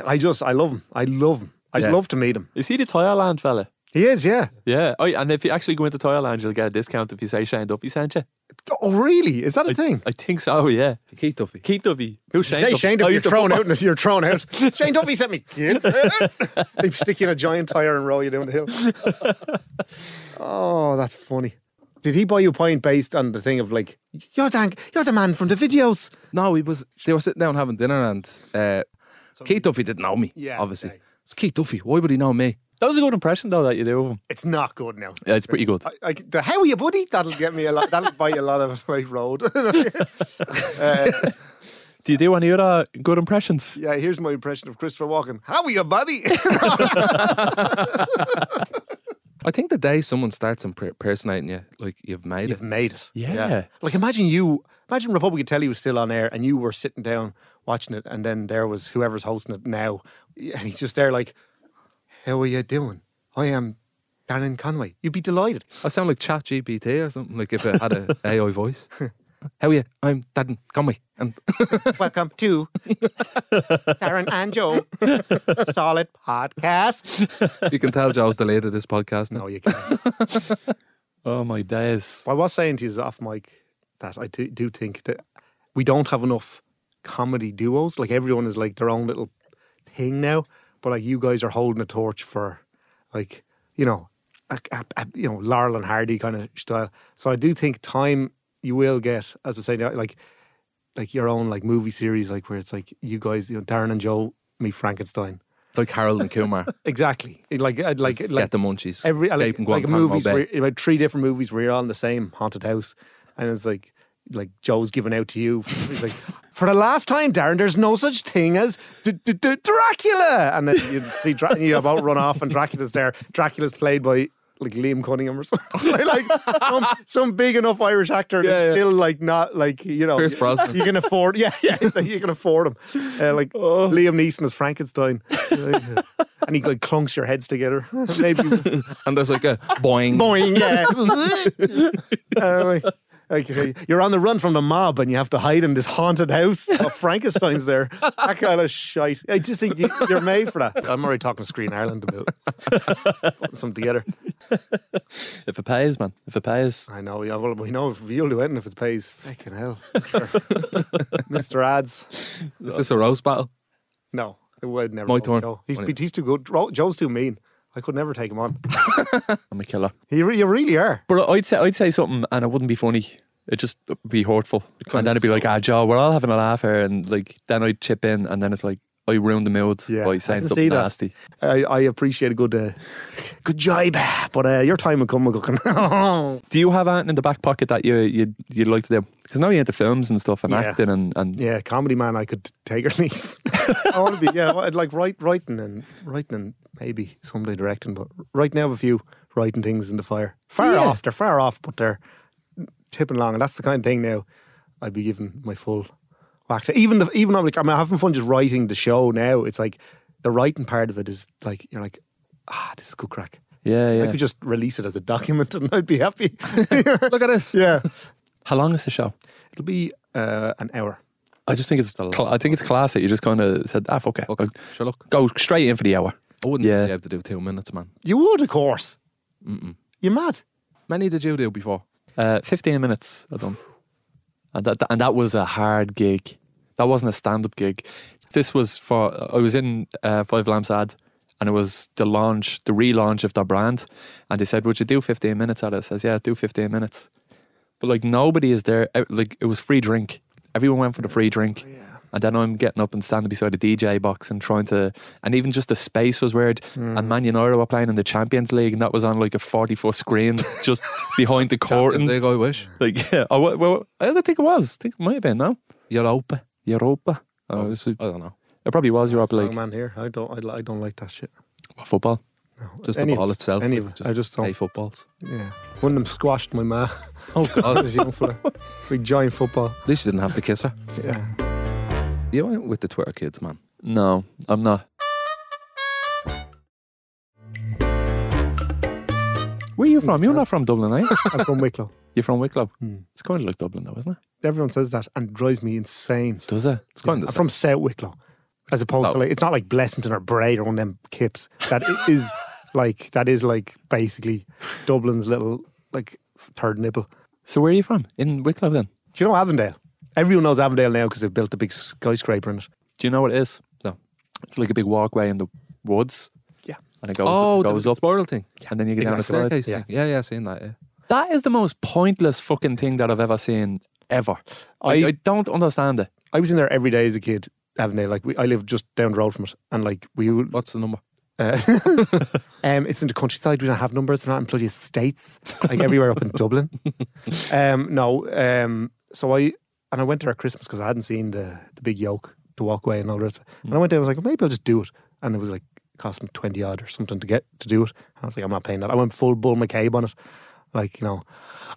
I just, I love him. I love him. I'd
Yeah.
love to meet him.
Is he the Thailand fella?
He is, yeah.
Yeah. Oh, yeah, and if you actually go into Thailand, you'll get a discount if you say Shane Duffy sent you.
Oh, really? Is that a thing?
I think so, yeah.
Keith Duffy.
Keith Duffy. Who's Shane
Say
Duffy?
Shane
Oh,
Duffy, you're
he's the
thrown
football-
out. and You're thrown out. Shane Duffy sent me. Kid. they stick you in a giant tire and roll you down the hill. oh, that's funny. Did he buy you a pint based on the thing of like you're dank, you're the man from the videos?
No, he was. They were sitting down having dinner, and uh, Keith Duffy didn't know me.
Yeah,
obviously,
okay.
it's Keith Duffy. Why would he know me?
That was a good impression, though, that you do Uh, of him.
It's not good now.
Yeah, it's pretty good.
I, I, the how are you, buddy? That'll get me a lot. That'll buy you a lot of my road. Uh,
Do you do any other good impressions?
yeah, here's my impression of Christopher Walken. How are you, buddy?
I think the day someone starts imper- impersonating you, like you've made it.
made it.
Yeah.
Like imagine you imagine Republic of Telly was still on air and you were sitting down watching it and then there was whoever's hosting it now and he's just there like, How are you doing? I am Darren Conway. You'd be delighted.
I sound like Chat GPT or something, like if it had a AI voice. How are you? I'm Darren Conway. And
Welcome to Darren and Joe Solid Podcast.
you can tell Joe's the lead of this podcast now.
No, you can't.
Oh, my days.
I was saying to you off mic that I do, do think that we don't have enough comedy duos. Like everyone is like their own little thing now, but like you guys are holding a torch for like you know, a, a, a- you know Laurel and Hardy kind of style. So I do think time you will get, as I say, now, like like your own like movie series, like where it's like you guys, you know, Darren and Joe meet Frankenstein.
Like Harold and Kumar.
Exactly. Like I'd like like
Get the munchies.
every
Escape
like,
from
like
Guantanamo
movies
Bay.
where about three different movies where you're all in the same haunted house, and it's like like Joe's giving out to you. He's like, for the last time, Darren, there's no such thing as D- D- D- Dracula, and then you see Dra- and you about run off, and Dracula's there. Dracula's played by. Like Liam Cunningham or something, like, like some, some big enough Irish actor that's
Yeah, yeah.
still like not like you know
Pierce Brosnan.
you can afford yeah yeah it's like you can afford him uh, like
Oh.
Liam Neeson as Frankenstein and he like clunks your heads together maybe
And there's like a boing.
Boing, yeah. Uh, like- like, uh, you're on the run from the mob and you have to hide in this haunted house. Oh, Frankenstein's there. That kind of shite. I just think you, you're made for that. I'm already talking to Screen Ireland about putting something together.
If it pays, man. If it pays.
I know. Yeah, well, we know if you'll do anything if it pays. Fucking hell. Mr. Mr. Ads.
Is this a roast battle?
No, it would never.
My
host
turn.
Joe. He's,
Money.
he's too good. Ro- Joe's too mean. I could never take him on.
I'm a killer.
You, re- you really are.
But I'd say I'd say something, and it wouldn't be funny. It'd just be hurtful, and then it'd be like, "Ah, Joe, we're all having a laugh here," and like then I'd chip in, and then it's like, I ruined the mood
Yeah, I
by
can
saying
see
something
that.
nasty.
I, I appreciate a good, uh, good jibe, but uh, your time will come. McGuckin.
Do you have anything in the back pocket that you you you like to do? Because now you're into films and stuff and
Yeah.
acting and, and
yeah, comedy man, I could take or leave. I want to be. Yeah, I'd like write, writing and writing and maybe someday directing. But right now, I have a few writing things in the fire. Far
Yeah.
off, they're far off, but they're tipping along, and that's the kind of thing now. I'd be giving my full whack to. Even the even I'm like I'm having fun just writing the show now. It's like the writing part of it is like you're like ah, this is good crack.
yeah, yeah.
I could just release it as a document and I'd be happy.
Look at this.
yeah.
How long is the show?
It'll be uh, an hour.
I just think it's cla- I think it's class that you just kind of said, ah, fuck it,
Okay, sure look.
go straight in for the hour.
I wouldn't
Yeah.
be able to do two minutes, man.
You would, of course. You mad?
Many did you do before?
Uh, Fifteen minutes I done, and that and that was a hard gig. That wasn't a stand-up gig. This was for I was in uh, Five Lamps ad, and it was the launch, the relaunch of their brand, and they said, "Would you do fifteen minutes at it?" I says, "Yeah, do fifteen minutes." But like nobody is there. Uh, Like it was free drink. Everyone went for the free drink.
Oh,
And then I'm getting up and standing beside a DJ box and trying to, and even just the space was weird.
Hmm.
And Man United were playing in the Champions League, and that was on like a 40 foot screen just behind the
Champions
curtains.
League, I wish.
Like, yeah. Oh, well, well, I don't think it was. I think it might have been, no?
Europa.
Europa. Oh, it, was-
I don't know.
it probably was Europa
Oh,
League.
man, here. I don't. I, li- I don't like that shit.
Football.
Just
Any
the
of
ball
it.
itself.
Any
like,
of it. I just
Hey,
don't.
footballs.
Yeah. One of them squashed my ma.
Oh, God.
I
At
was a young fella. Big giant football.
least you didn't have to kiss her.
Yeah.
You went with the Twitter kids, man.
No, I'm not. Where are you from? You're not from Dublin, are you?
I'm from Wicklow.
You're from Wicklow.
Hmm.
It's kind of like Dublin, though, isn't it?
Everyone says that and it drives me insane.
Does it?
It's kind
I'm
of
from South Wicklow, as opposed to
Oh.
like it's not like Blessington or Braid or one of them kips. That i- is like that is like basically Dublin's little like third nipple.
So where are you from? In Wicklow, then?
Do you know Avondale? Everyone knows Avondale now because they've built a big skyscraper in it.
Do you know what it is?
No.
It's like a big walkway in the woods.
Yeah.
And it goes,
Oh,
it
the
goes up,
spiral thing.
and then you get down
The
a slide.
staircase
Yeah.
thing. Yeah, yeah, seen that. Yeah.
That is the most pointless fucking thing that I've ever seen ever. I,
I-
I don't understand it.
I was in there every day as a kid, Avondale. Like we, I lived just down the road from it, and like we would.
What's the number?
Uh, um, it's in the countryside. We don't have numbers. We're not in bloody states like everywhere up in Dublin. Um, no. Um, so I and I went there at Christmas because I hadn't seen the the big yoke, the walkway, and all the rest. of it. And I went there. I was like, maybe I'll just do it. And it was like cost me twenty odd or something to get to do it. And I was like, I'm not paying that. I went full Bull McCabe on it. Like you know,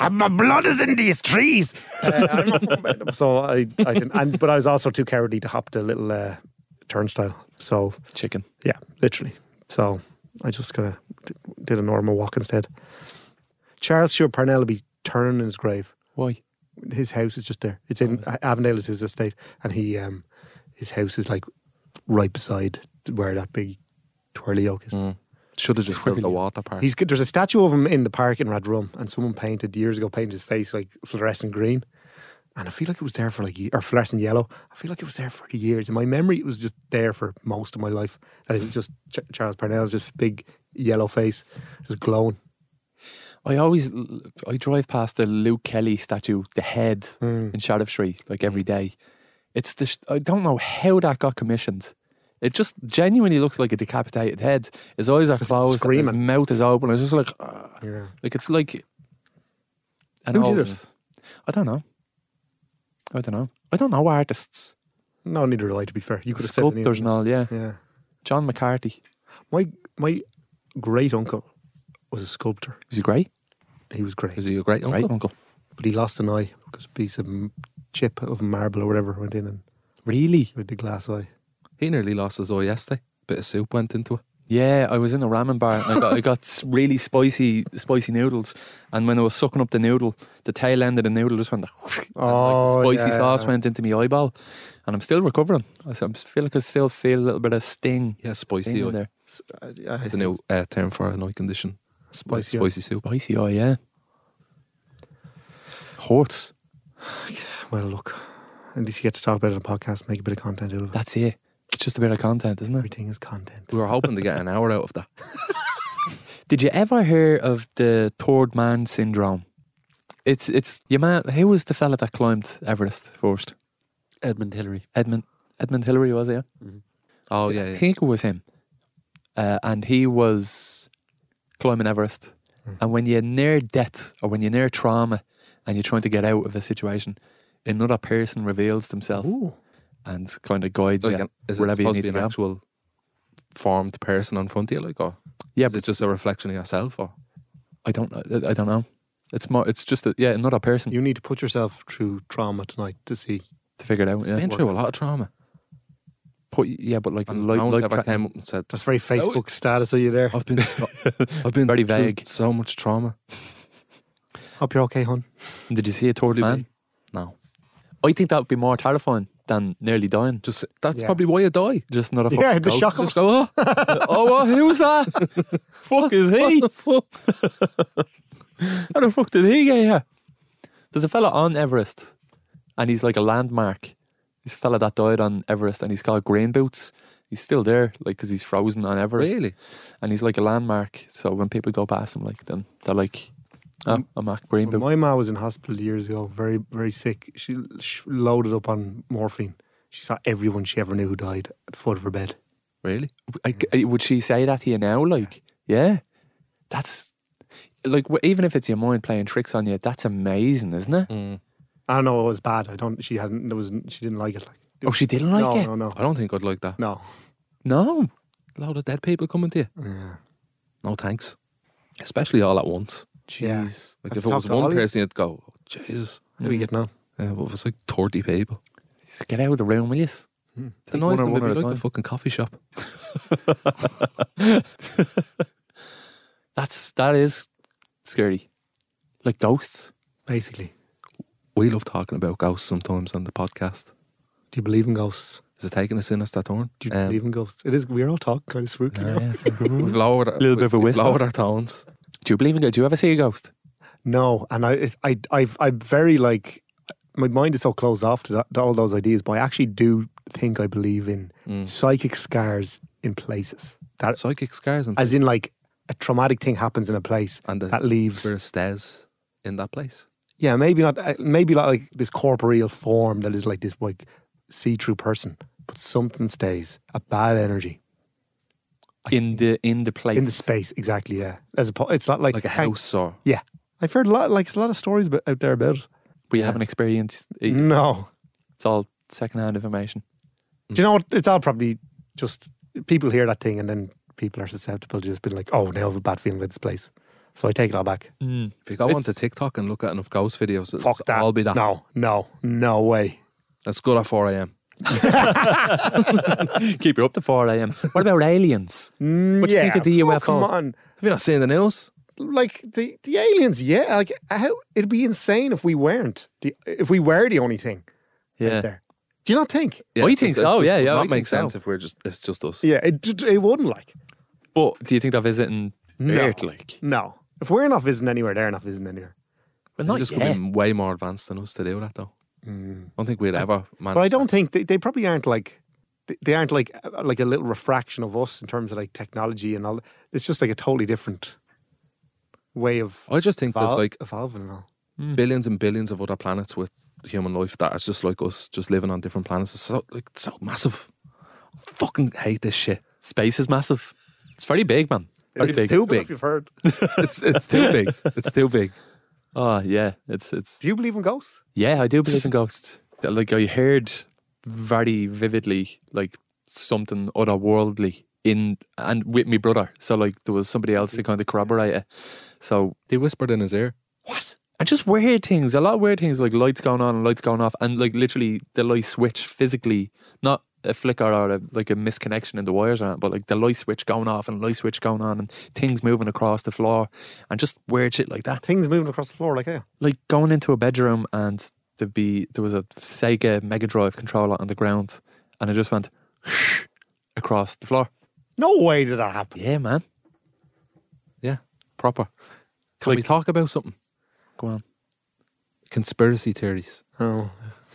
"Ah, my blood is in these trees. Uh, I'm not fucking paying them. so I, I didn't. And, but I was also too cowardly to hop the little uh, turnstile. So
Chicken.
yeah, literally. So I just kind of did a normal walk instead. Charles Stewart Parnell will be turning in his grave.
Why?
His house is just there. It's in Avondale is his estate, and he um, his house is like right beside where that big twirly oak is.
Should have just built the water park.
He's good. There's a statue of him in the park in Radrum, and someone painted years ago painted his face like fluorescent green, and I feel like it was there for like ye- or fluorescent yellow. I feel like it was there for years. In my memory, it was just there for most of my life. That is just Ch- Charles Parnell's just big yellow face, just glowing.
I always I drive past the Luke Kelly statue, the head
Mm,
in Sheriff Street, like every day. It's just I don't know how that got commissioned. It just genuinely looks like a decapitated head. His eyes are closed, and his
screaming.
mouth is open. It's just like, ah.
Yeah.
like it's like. An
Who did
old-
it?
I don't know. I don't know. I don't know artists,
No, neither do I. To be fair, you could have said the name.
sculptors, and all. Yeah,
Yeah,
John McCarthy.
my my great uncle was a sculptor.
Was he great?
He was great,
Is he a great uncle?
Great uncle.
but he lost an eye because a piece of m- chip of marble or whatever went in and
Really?
with the glass eye.
He nearly lost his E eye yesterday. Bit of soup went into it.
Yeah, I was in a ramen bar and I got, I got s- really spicy, spicy noodles. And when I was sucking up the noodle, the tail end of the noodle just went like,
Oh,
and, like the spicy
yeah.
sauce went into my eyeball. And I'm still recovering. I s- I feel like I still feel a little bit of sting.
Yeah,
sting
spicy
in
eye.
there.
I- I-
The new uh, term for an eye condition. Like
spicy.
Spicy soup.
Spicy eye, yeah. Horse.
Well, look, at least you get to talk about it on a podcast, make a bit of content out of it.
That's it. It's just a bit of content, isn't it?
Everything is content.
We were hoping to get an hour out of that.
Did you ever hear of the third man syndrome? It's it's your man. Who was the fella that climbed Everest first?
Edmund Hillary.
Edmund Edmund Hillary was it, yeah.
Oh yeah,
I
yeah.
think it was him. Uh, and he was climbing Everest.
Mm.
And when you're near death or when you're near trauma and you're trying to get out of a situation, another person reveals themselves
Ooh.
and kind of guides
Like,
you.
an- is it
wherever you
supposed
need
to be
to
an
go.
actual formed person on front of you, like, or
Yeah,
is
but
it just a reflection of yourself? Or
I don't, I, I don't know. It's more, it's just, a, yeah, another person
You need to put yourself through trauma tonight to see.
to figure it out. Yeah,
been through a lot of trauma,
Put, yeah but like,
and
like,
no one's
like
ever
pra-
came up and said,
That's very Facebook status of you
Oh.
there.
"I've been, I've been
Very
through
vague.
so much trauma."
Hope you're okay, hon.
um, did you see a turtle man?
No,
I think that would be more terrifying than nearly dying.
just that's
Yeah.
probably why you die.
Just another
Yeah,
fucking
the
goat.
shock of
Just go, oh, oh, what? Who's that? fuck is he? How the fuck did he get here? There's a fella on Everest, and he's like a landmark. This fella that died on Everest, and he's called Green Boots. He's still there, like, because he's frozen on Everest,
Really?
and he's like a landmark. So when people go past him, like, then they're like, oh, I'm at Green
When
Boots.
my ma was in hospital years ago, very, very sick. She, she loaded up on morphine. She saw everyone she ever knew who died at the foot of her bed.
Really?
I c- I- would she say that to you now? Like, yeah, that's like w- even if it's your mind playing tricks on you, that's amazing, isn't it?
I don't know it was bad. I don't. She hadn't. There was. She didn't like it. Like.
Oh, she didn't like
no,
it. Oh.
no, no,
I don't think I'd like that.
no.
No,
A lot of dead people coming to you.
Yeah.
No thanks. Especially all at once.
Yeah.
jeez.
Like
That's
if it
top
was
to
one
all these.
person, you'd go, oh, Jesus.
How are we getting on?
Yeah, but if it's like 30 people.
Just Get out of the room, will you?
The noise
Hmm. one or
would
one
be
at a
like a
time.
fucking coffee shop.
That's that is scary. Like ghosts.
Basically,
We love talking about ghosts sometimes on the podcast.
do you believe in ghosts?
Is it taking a sinister turn?
Do you
Um,
believe in ghosts? It is. We're all talking kind of spooky. now.
We've lowered our,
Mm-hmm. Little bit of a
we've
whisper.
lowered our tones.
Do you believe in? Do you ever see a ghost?
No, and I, it- I, I, I'm very like, my mind is so closed off to, that, to all those ideas. But I actually do think I believe in
Mm.
psychic scars in places. That,
Psychic scars and,
as in, like a traumatic thing happens in a place
and the
that leaves.
spirit stays in that place.
Yeah, maybe not. uh, Maybe not like this corporeal form that is like this like see-through person, but something stays. A bad energy
In the in the place.
in the space. Exactly. Yeah. As a, it's not like,
Like a
hang-
house or
Yeah, I've heard a lot. Like there's a lot of stories about, out there about. It.
But you haven't experienced. it.
No.
It's all secondhand information.
Do you know what? It's all probably just people hear that thing and then people are susceptible to just being like, oh, now I have a bad feeling about this place. So I take it all back.
Mm,
if you go onto
It's-
TikTok and look at enough ghost videos, it'll
Fuck that.
all be that.
No, no, no way.
Let's go at 4 a.m.
Keep her up to four a.m. What about aliens?
Mm,
What do you think of the
Oh,
UFOs?
come on.
Have you not seen the news?
Like the, the aliens, yeah. Like how it'd be insane if we weren't. The, if we were the only thing out there. Do you not think?
Yeah,
I
it
think
just- it
so,
just
yeah,
would
yeah, I
Not
think
make sense
so.
if we're just it's just us.
Yeah, it, d- it wouldn't like.
But do you think they're visiting
No.
Earth? Like,
No. If we're not visiting anywhere, they're not visiting anywhere.
well,
They just could be way more advanced than us to do that though.
Mm.
I don't think we'd ever manage.
But I don't think they, they probably aren't like they- they aren't like uh, like a little refraction of us in terms of like technology and all. It's just like a totally different way of
I just think there's
evol-
like
evolving and all.
Mm.
billions and billions of other planets with human life that is just like us, just living on different planets. It's so like so massive. I fucking hate this shit.
Space is massive. It's very big, man. Very
It's
big.
too big.
big.
If you've heard,
It's it's too big. It's too big.
Oh yeah, it's it's
do you believe in ghosts?
yeah. I do believe in ghosts. That, Like I heard very vividly, like something otherworldly in and with me brother. So like there was somebody else to kind of corroborate it. So
They whispered in his ear.
and just weird things, a lot of weird things like lights going on and lights going off, and like literally the light switch physically, not a flicker or a, like a misconnection in the wires or anything, but like the light switch going off and light switch going on and things moving across the floor and just weird shit like that.
Things moving across the floor, like yeah.
Like going into a bedroom and there'd be there was a Sega Mega Drive controller on the ground, and it just went across the floor.
No way did that happen.
Yeah, man,
Yeah, proper. Can we
Like-
talk about something?
go on.
Conspiracy theories.
Oh,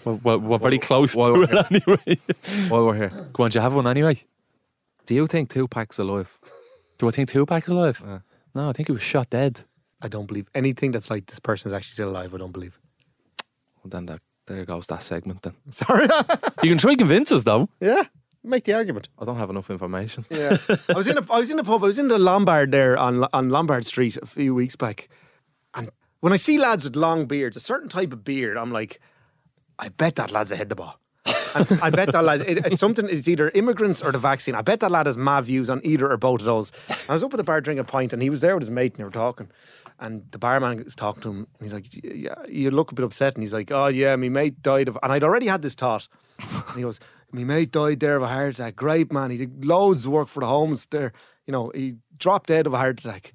We're, we're, we're very close
why
to
we're
it anyway.
While we're here,
go on, do you have one anyway?
do you think Tupac's alive?
Do I think Tupac is alive?
Yeah.
No, I think he was shot dead.
I don't believe anything that's like this person is actually still alive. I don't believe.
Well, then that, there goes that segment. Then
Sorry.
You can try and convince us though.
yeah. Make the argument.
I don't have enough information.
Yeah, I was in a I was in a pub. I was in the Lombard there on on Lombard Street a few weeks back, and when I see lads with long beards, a certain type of beard, I'm like, I bet that lad's ahead the ball. I, I bet that lad. It, it's something. It's either immigrants or the vaccine. I bet that lad has my views on either or both of those. I was up at the bar drinking a pint, and he was there with his mate, and they were talking. And the barman was talking to him, and he's like, "Yeah, you look a bit upset." And he's like, "Oh yeah, me mate died of." And I'd already had this thought. And he goes, "Me mate died there of a heart attack. Great man. He did loads of work for the homeless there. You know, he dropped dead of a heart attack."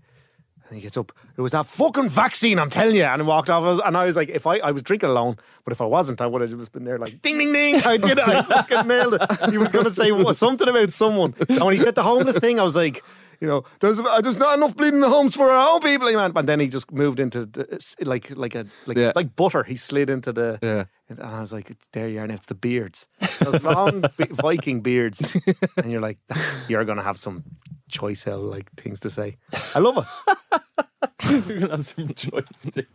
And he gets up. It was that fucking vaccine, I'm telling you. And he walked off. I was- and I was like, if I, I was drinking alone, but if I wasn't, I would have just been there like, ding, ding, ding. I did it. I fucking nailed it. He was going to say what- something about someone. And when he said the homeless thing, I was like, you know, there's, uh, there's not enough bleeding in the homes for our own people, man. And then he just moved into the, s- like like a like
Yeah.
like butter. He slid into the
Yeah.
and I was like, there you are. And it's the beards, It's those long be- Viking beards. And you're like, you're gonna have some choice hell like things to say. I love it.
You're gonna have some choice. Dave.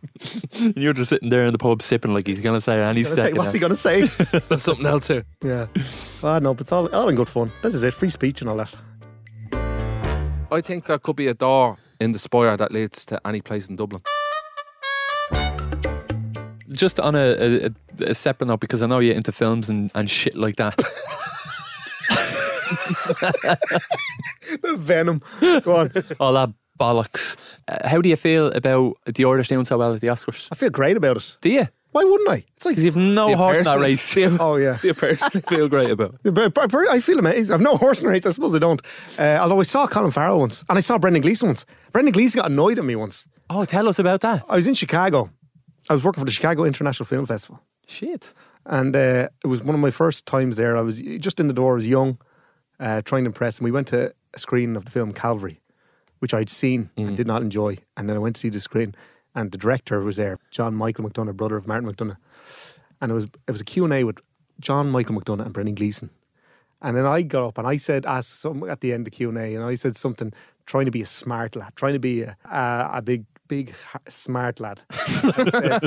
and you're just sitting there in the pub sipping like he's gonna say any
Gonna say-
second.
what's he
now.
gonna say?
There's something else here.
yeah. Ah, no, but it's all, all in good fun. This is it. Free speech and all that.
I think there could be a door in the spire that leads to any place in Dublin.
Just on a, a, a, a separate note, because I know you're into films and, and shit like that.
Venom. Go on.
All that bollocks. Uh, how do you feel about the Irish doing so well at the Oscars?
I feel great about it.
Do you?
Why wouldn't I? It's like,
Because you've no
You
horse in that
personally-
race.
oh yeah.
You personally feel great about it.
But, but- but I feel amazing. I've no horse in the race. I suppose I don't. Uh, although I saw Colin Farrell once, and I saw Brendan Gleeson once. Brendan Gleeson got annoyed at me once.
Oh, tell us about that.
I was in Chicago. I was working for the Chicago International Film Festival.
Shit.
and uh, it was one of my first times there. I was just in the door, I was young, uh, trying to impress, and we went to a screening of the film Calvary, which I'd seen
Mm.
and did not enjoy. And then I went to see the screen, and the director was there, John Michael McDonough, brother of Martin McDonough, and it was it was a Q and A with John Michael McDonough and Brendan Gleeson. And then I got up and I said, asked some at the end of Q and A, and I said something, trying to be a smart lad, trying to be a, a, a big, big ha- smart lad. Uh,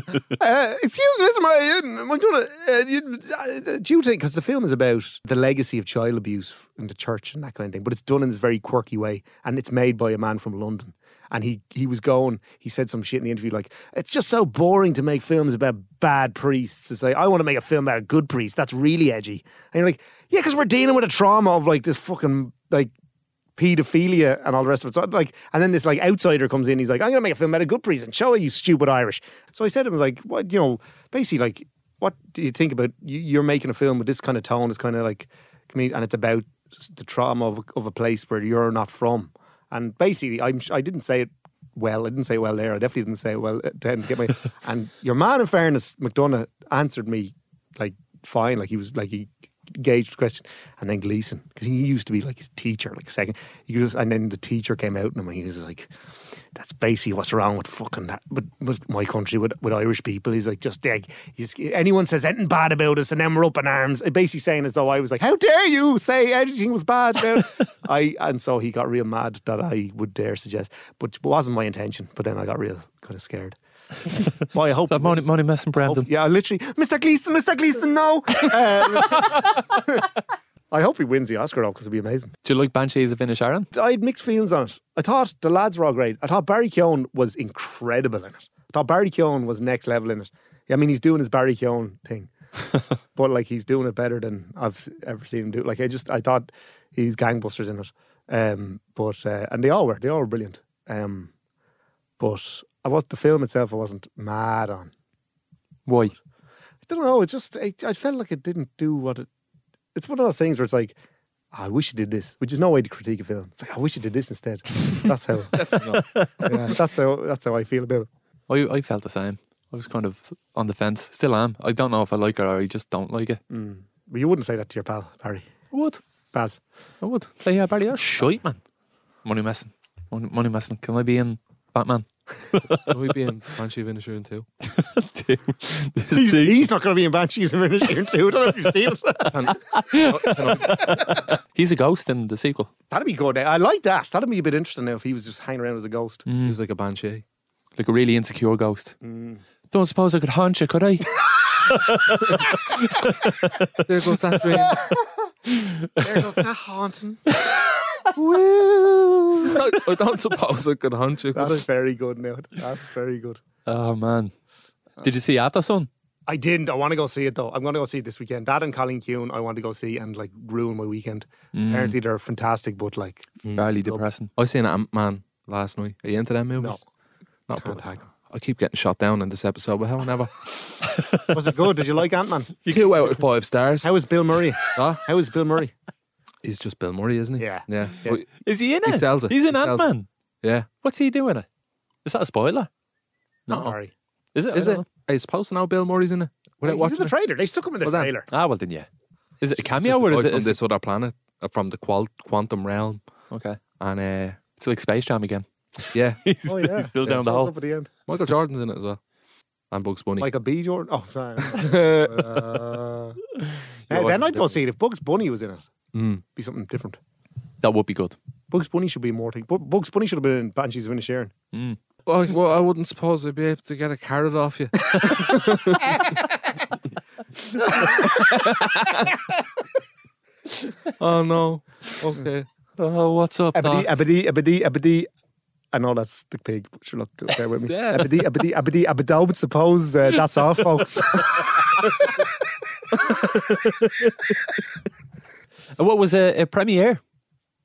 excuse me, Mr. Martin, McDonough, uh, you, uh, do you think, because the film is about the legacy of child abuse f- in the church and that kind of thing, but it's done in this very quirky way, and it's made by a man from London. And he, he was going, he said some shit in the interview like, it's just so boring to make films about bad priests. It's like, I want to make a film about a good priest. That's really edgy. And you're like, yeah, because we're dealing with a trauma of like this fucking, like, pedophilia and all the rest of it. So like, and then this like outsider comes in. He's like, I'm going to make a film about a good priest and show it, you stupid Irish. So I said to him like, what you know, basically like, what do you think about you- you're making a film with this kind of tone? It's kind of like, comedic, and it's about just the trauma of, of a place where you're not from. And basically, I'm I didn't say it well. I didn't say it well there. I definitely didn't say it well. uh, Then get my and your man. In fairness, McDonough answered me like fine. Like he was like he gauged the question, and then Gleason because he used to be like his teacher, like second. He was just and then the teacher came out and he was like, "That's basically what's wrong with fucking that, with, with my country, with, with Irish people." He's like, "Just like he's, anyone says anything bad about us, and then we're up in arms." Basically saying as though I was like, "How dare you say anything was bad about?" I and so he got real mad that I would dare suggest, but wasn't my intention. But then I got real kind of scared. well, I hope
That
it
money,
was.
money messing, Brandon.
Oh, yeah, literally, Mr. Gleason, Mr. Gleason, no. Uh, I hope he wins the Oscar though, because it'd be amazing.
Oh, Do you like Banshees of Inisharan?
I had mixed feelings on it. I thought the lads were all great. I thought Barry Keoghan was incredible in it. I thought Barry Keoghan was next level in it. I mean, he's doing his Barry Keoghan thing, but like he's doing it better than I've s- ever seen him do. Like I just, I thought he's gangbusters in it. Um, but uh, and they all were, they all were brilliant. Um, but I was the film itself. I wasn't mad on.
Why?
I don't know. It just I, I felt like it didn't do what it. It's one of those things where it's like, "Ah, I wish it did this, which is no way to critique a film. It's like I wish it did this instead. That's how. yeah, that's how. That's how I feel about it.
I, I felt the same. I was kind of on the fence. Still am. I don't know if I like it or I just don't like it.
But you wouldn't say that to your pal Barry
I would.
Baz.
I would. Say, yeah, Barry, that's shite, man. Money messing. Money, money messing. Can I be in Batman?
Can we be in Banshee of Inisherin too?
He's, he's not going to be in Banshees of Inisherin too. I don't know if you've seen it.
He's a ghost in the sequel.
That'd be good. I like that. That'd be a bit interesting now if he was just hanging around as a ghost.
He was like a Banshee.
Like a really insecure ghost. Don't suppose I could haunt you, could I?
There goes that dream.
There goes that haunting.
I, I don't suppose I could hunt you. Could
That's
I?
very good, Newt. That's very good.
Oh man, did you see After Sun?
I didn't. I want to go see it though. I'm going to go see it this weekend. That and Colin Kuhn, I want to go see and like ruin my weekend.
Mm.
Apparently, they're fantastic, but like,
Fairly depressing.
I seen Ant Man last night. Are you into them movies?
no.
Not
Can't
but
hack 'em.
I keep getting shot down in this episode, but how never.
Was it good? Did you like Ant Man?
Two out of five stars.
How is Bill Murray?
Huh?
How is Bill Murray?
He's just Bill Murray, isn't he?
Yeah.
Yeah.
Yeah.
But-
Is he in it?
He sells it.
He's in
He
Ant
sells it.
Man.
yeah.
What's he doing? in it? Is that a spoiler?
Not
No.
Murray.
Is it? I
Is
don't
it?
know.
Are you supposed to know Bill Murray's in it? Without
He's in
watching
the trailer. They stuck him in the
Well then,
trailer.
Ah, well then, yeah. Is it a
It's just
cameo or
a
is
guy
it?
from
Is it
this other planet, uh, from the qual- quantum realm?
okay,
And uh,
it's like Space Jam again.
yeah,
he's,
Oh, yeah.
he's still
Yeah.
down the
Shows
hole.
up at the end.
Michael Jordan's in it as well, and Bugs Bunny.
Like a B Jordan. Oh, sorry. Uh,
You're
then I'd
watching
go see it. If Bugs Bunny was in it,
Mm.
be something different.
That would be good.
Bugs Bunny should be more thing. Bu- Bugs Bunny should have been in Banshees of Inisherin.
Oh, well, I wouldn't suppose I'd be able to get a carrot off you. oh no. Okay.
Oh, what's up?
Abadi,
Doc?
Abadi, Abadi, Abadi. I know that's the pig, but sure, look, bear with me. Abadi, Abadi, Abadi, Abadi. I would suppose uh, that's all, folks. e-
And What was a, a premiere?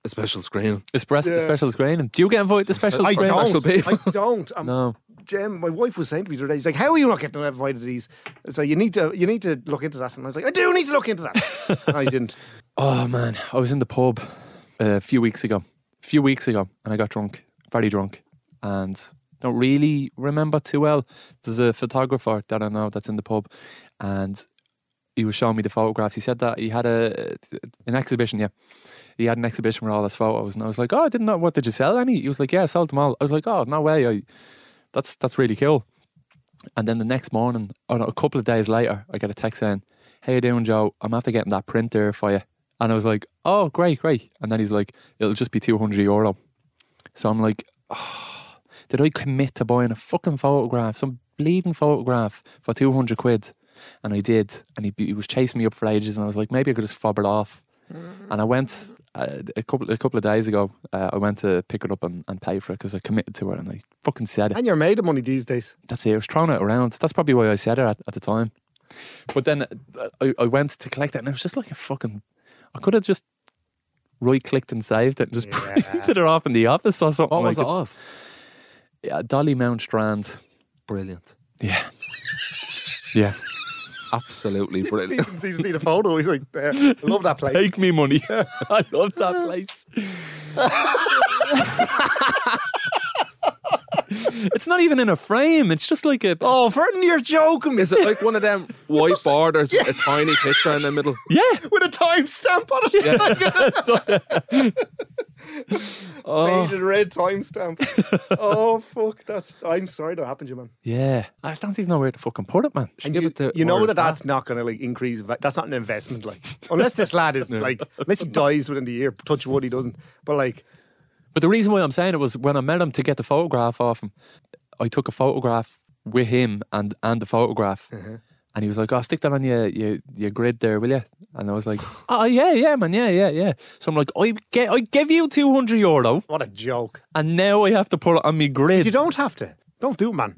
A special screen.
A spres-
Yeah.
special screening. Do you get invited to special
I
screening?
don't.
people.
I don't. I'm,
No.
Jem, my wife was saying to me today, she's like, "How are you not getting invited to these?" So you need to, you need to look into that. And I was like, "I do need to look into that." and I didn't.
Oh man, I was in the pub a few weeks ago. A few weeks ago, and I got drunk, very drunk, and don't really remember too well. There's a photographer that I know that's in the pub, and he was showing me the photographs. He said that he had a an exhibition. Yeah, he had an exhibition with all his photos, and I was like, "Oh, I didn't know. What did you sell any?" He was like, "Yeah, I sold them all." I was like, "Oh, no way! I, that's that's really cool." And then the next morning, or a couple of days later, I get a text saying, "Hey, you doing, Joe? I'm after getting that printer for you." And I was like, "Oh, great, great!" And then he's like, "It'll just be two hundred euro." So I'm like, oh, "Did I commit to buying a fucking photograph, some bleeding photograph for two hundred quid?" And I did. And he, he was chasing me up for ages, and I was like, "Maybe I could just fob it off." And I went uh, a couple a couple of days ago. Uh, I went to pick it up and, and pay for it because I committed to it, and I fucking said it
And you're made of money these days.
that's it. I was throwing it around. That's probably why I said it at, at the time. But then uh, I, I went to collect it, and it was just like a fucking. I could have just right clicked and saved it, and just
Yeah.
printed it off in the office or something.
What was
like
it of?
Yeah, Dolly Mount Strand.
Brilliant.
Yeah, yeah.
Absolutely
He
brilliant.
just need a photo. He's like, "There, "I love that place."
Take me money. I love that place. it's not even in a frame. It's just like a
Oh, Ferdinand, you're joking.
Is it like one of them white borders with a tiny picture in the middle?
yeah.
with a timestamp on it?
Oh.
Faded red timestamp. oh fuck, that's. I'm sorry that happened to you, man.
Yeah, I don't even know where to fucking put it, man.
And
Give
you,
it to
you know
Orris
that that's not going to like increase. va- That's not an investment, like unless this lad is like unless he dies within the year. Touch wood, he doesn't. But like,
But the reason why I'm saying it was when I met him to get the photograph off him, I took a photograph with him and and the photograph. And he was like, "Oh, stick that on your, your your grid there, will you?" And I was like, "Oh yeah, yeah, man, yeah, yeah, yeah." So I'm like, "I get, I give you 200 euro,
what a joke!
and now I have to put it on my
You
grid."
don't have to. Don't do it, man.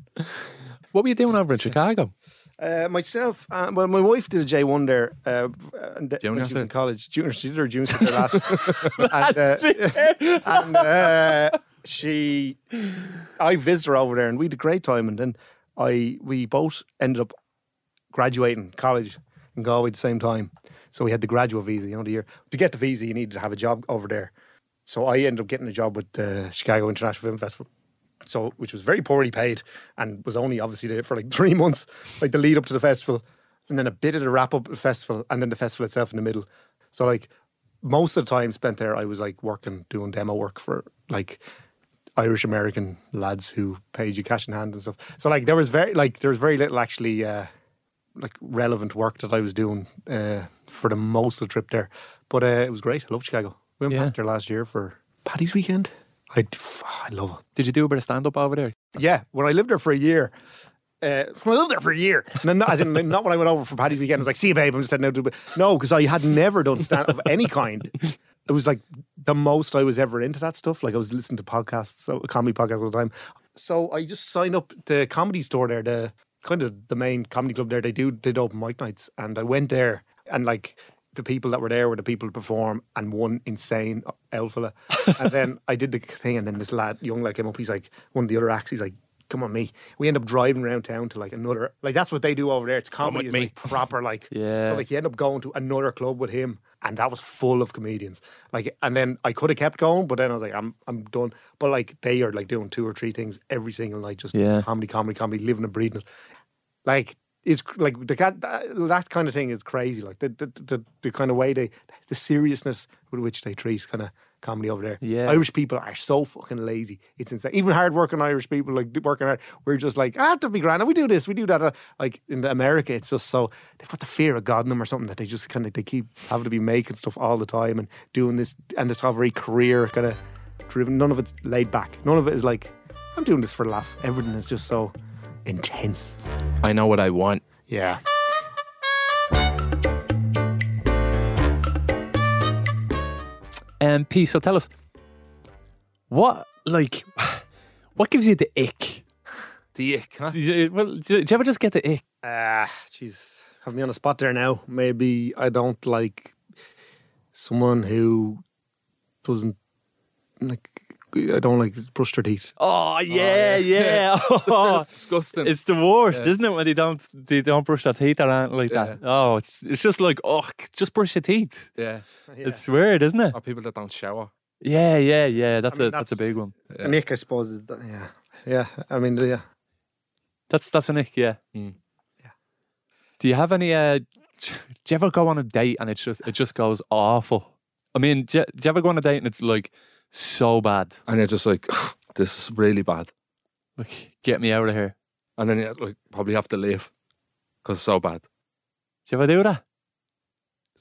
What were you doing over in Chicago?
Uh, myself, uh, well, my wife did a J one there, uh, and th- when
Junior
she was in
cert?
college, junior she did her junior cert there last. and, uh, and uh, she, I visited her over there, and we had a great time. And then I, we both ended up graduating college in Galway at the same time, so we had the graduate visa. You know, the year to get the visa, you needed to have a job over there. So I ended up getting a job with the Chicago International Film Festival so which was very poorly paid and was only obviously there for like three months, like the lead up to the festival, and then a bit of the wrap up of the festival, and then the festival itself in the middle. So like most of the time spent there, I was like working doing demo work for like Irish American lads who paid you cash in hand and stuff. So like there was very like there was very little actually uh, like relevant work that I was doing uh, for the most of the trip there, but uh, it was great. I love Chicago. We went
Yeah.
back there last year for Paddy's weekend. I, I love it.
Did you do a bit of stand up over there?
Yeah, when I lived there for a year, Uh, I lived there for a year. No, not, as in, not when I went over for Paddy's weekend. I was like, see you, babe. I'm just heading out to the No, because I had never done stand of any kind. It was like the most I was ever into that stuff. Like I was listening to podcasts, so, comedy podcasts all the time. So I just signed up the comedy store there, the kind of the main comedy club there. They do did open mic nights, and I went there, and like the people that were there were the people to perform, and one insane alpha. and then I did the thing, and then this lad, young lad, came up. He's like one of the other acts. He's like. Come on, me. We end up driving around town to like another, like that's what they do over there. It's comedy, is like proper, like
Yeah.
So like you end up going to another club with him, and that was full of comedians. Like, and then I could have kept going, but then I was like, I'm I'm done. But like they are like doing two or three things every single night, just
Yeah.
comedy, comedy, comedy, living and breathing it. Like it's cr- like the cat that, that kind of thing is crazy. Like the the, the the kind of way they the seriousness with which they treat kind of comedy over there.
Yeah.
Irish people are so fucking lazy. It's insane. Even hardworking Irish people, like d- working hard, we're just like, ah, to be grand. and We do this, we do that. uh, Like in the America, it's just so they've got the fear of God in them or something that they just kind of they keep having to be making stuff all the time and doing this and it's all very career kind of driven. None of it's laid back. None of it is like I'm doing this for a laugh. Everything is just so intense.
I know what I want.
Yeah.
Um, P, so tell us what, like, what gives you the ick?
The ick, huh?
Do you, well, do you, do you ever just get the ick?
Ah, jeez, have me on a spot there now. Maybe I don't like someone who doesn't like. I don't like brush their teeth.
Oh yeah, yeah.
That's Oh, disgusting.
it's the worst,
Yeah.
isn't it? When they don't they don't brush their teeth or anything like that. Oh, it's it's just like oh, c- just brush your teeth.
yeah.
It's weird, isn't it?
Or people that don't shower.
Yeah, yeah, yeah. That's
mean,
a that's, a big one.
An ick, I suppose. Is that, yeah, yeah. I mean, yeah.
That's that's an ick. Yeah.
Hmm.
Mm.
Yeah.
Do you have any? Uh, do you ever go on a date and it's just it just goes awful? I mean, do you, do you ever go on a date and it's like so bad?
And you're just like, this is really bad.
Like, get me out of here.
And then you like probably have to leave because it's so bad.
Do you ever do that?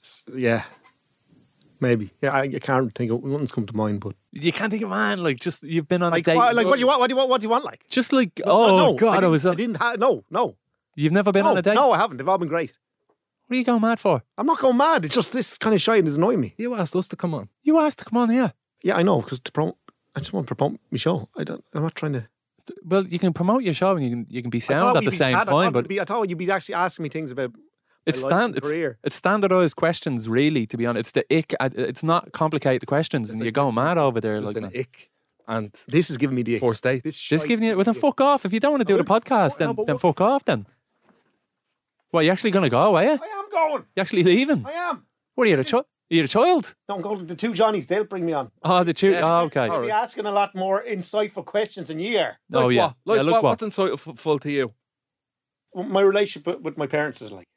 S- yeah. Maybe. Yeah, I, I can't think of nothing's come to mind, but
You can't think of man. Like, just you've been on
like,
a date.
what, like, what do you want? What do you want? What do you want? Like,
Just like,
No,
oh
no,
god, I,
I,
was.
didn't-
on-
I didn't. Ha- no, no,
You've never been
no,
on a date.
no, I haven't. They've all been great.
What are you going mad for?
I'm not going mad. It's just this kind of shite is annoying me.
You asked us to come on.
You asked to come on here.
Yeah, I know. Because to promote, I just want to promote my show. I don't. I'm not trying to.
Well, you can promote your show and you can you can be
I thought
sound at
we'd
the
be
same
chat- I
time,
thought we'd
but
be, I thought you'd be actually asking me things about
it's
my life
stand
and
it's,
career.
it's standardized questions really. To be honest, it's the ick. I- It's not complicated questions, and you're going mad over there.
Just
Like,
an
that.
ick. And
This is giving me the.
forced date.
This,
just
shite-
giving you. Well, then fuck off. If you don't want to do the podcast, then then fuck off. Then. Well, you're actually gonna go, are you?
I am going.
You're actually leaving.
I am.
What are you, a child? You're a child.
No, I'm going to the two Johnnies. They'll bring me on.
Oh, the two.
Yeah.
Oh, okay.
I'll be asking a lot more insightful questions in a year.
Like
oh yeah.
What? Like
yeah. Look
what, Mm,
what.
What's insightful to you?
My relationship with my parents is like.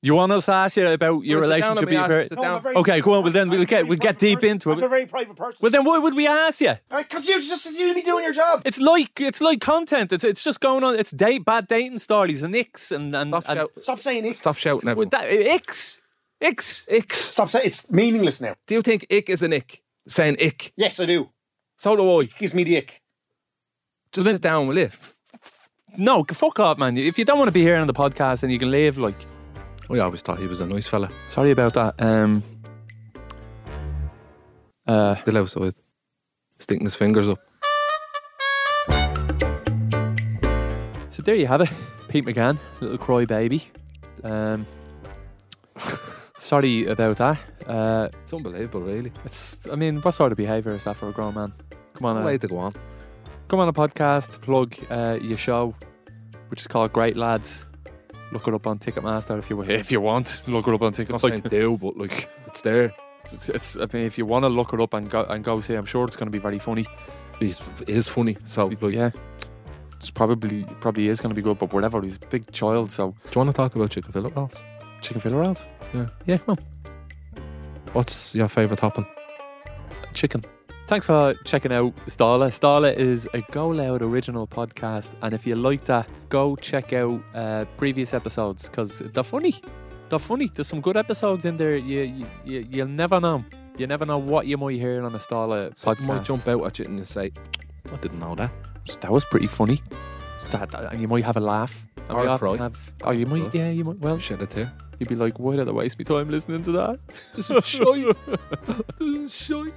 You want us to ask you about your
Well, sit down
relationship
and
with
be
your
asked-
parents?
sit
No, I'm a
down.
very
Okay, cool. Well, then
I'm
we'll
a
get-
very
we'll get
private
deep
person.
into it.
I'm a very private person.
Well, then why would we ask you?
Because you just you be doing your job.
It's like it's like content. It's it's just going on. It's date bad dating stories and icks and and,
Stop,
and
shout,
Stop saying it.
stop shouting. everyone.
with that uh, icks icks.
Icks.
Stop saying it's meaningless now.
Do you think ick is an ick? Saying ick.
Yes, I do.
So do I.
Gives me the ick.
Just sit down with it.
No, g- fuck off, man. If you don't want to be here on the podcast, then you can leave. Like,
We Oh, always thought he was a nice fella.
sorry about that. Um. Uh,
Still outside. Sticking his fingers up.
so there you have it, Pete McGann, little cry baby. Um, sorry about that. Uh,
It's unbelievable, really.
it's. I mean, what sort of behaviour is that for a grown man? Come on,
No
uh,
way to go on. eh?
come on a podcast, plug uh, your show, which is called Great Lad. Look it up on Ticketmaster if you if you want. Look it up on
I'm not saying
Ticketmaster.
do, but like it's there.
It's, it's, I mean, if you want to look it up and go and go see, I'm sure it's going to be very funny.
He's, it is funny. So
But
like,
yeah, it's probably probably is going to be good. But whatever, he's a big child, so
do you want to talk about chicken fillet rolls?
chicken fillet rolls.
Yeah.
yeah, come on,
What's your favourite topping?
chicken. Thanks for checking out Starla. Starla is a Go Loud original podcast, and if you like that, go check out uh, previous episodes because they're funny. They're funny. There's some good episodes in there. You you, you you'll never know. You never know what you might hear on a Starla
Something might
podcast.
jump out at you and you say, I didn't know that.
that was pretty funny. That- that- and you might have a laugh. And
Or
we often
cry.
have. Oh, you might. Yeah, you might. Well,
Shed a tear.
you'd be like, why did I waste my time listening to that?
This is shite. this is shite.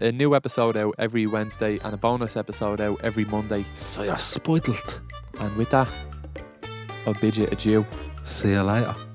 A new episode out every Wednesday and a bonus episode out every Monday.
So you're spoiled.
And with that, I'll bid you adieu.
See you later.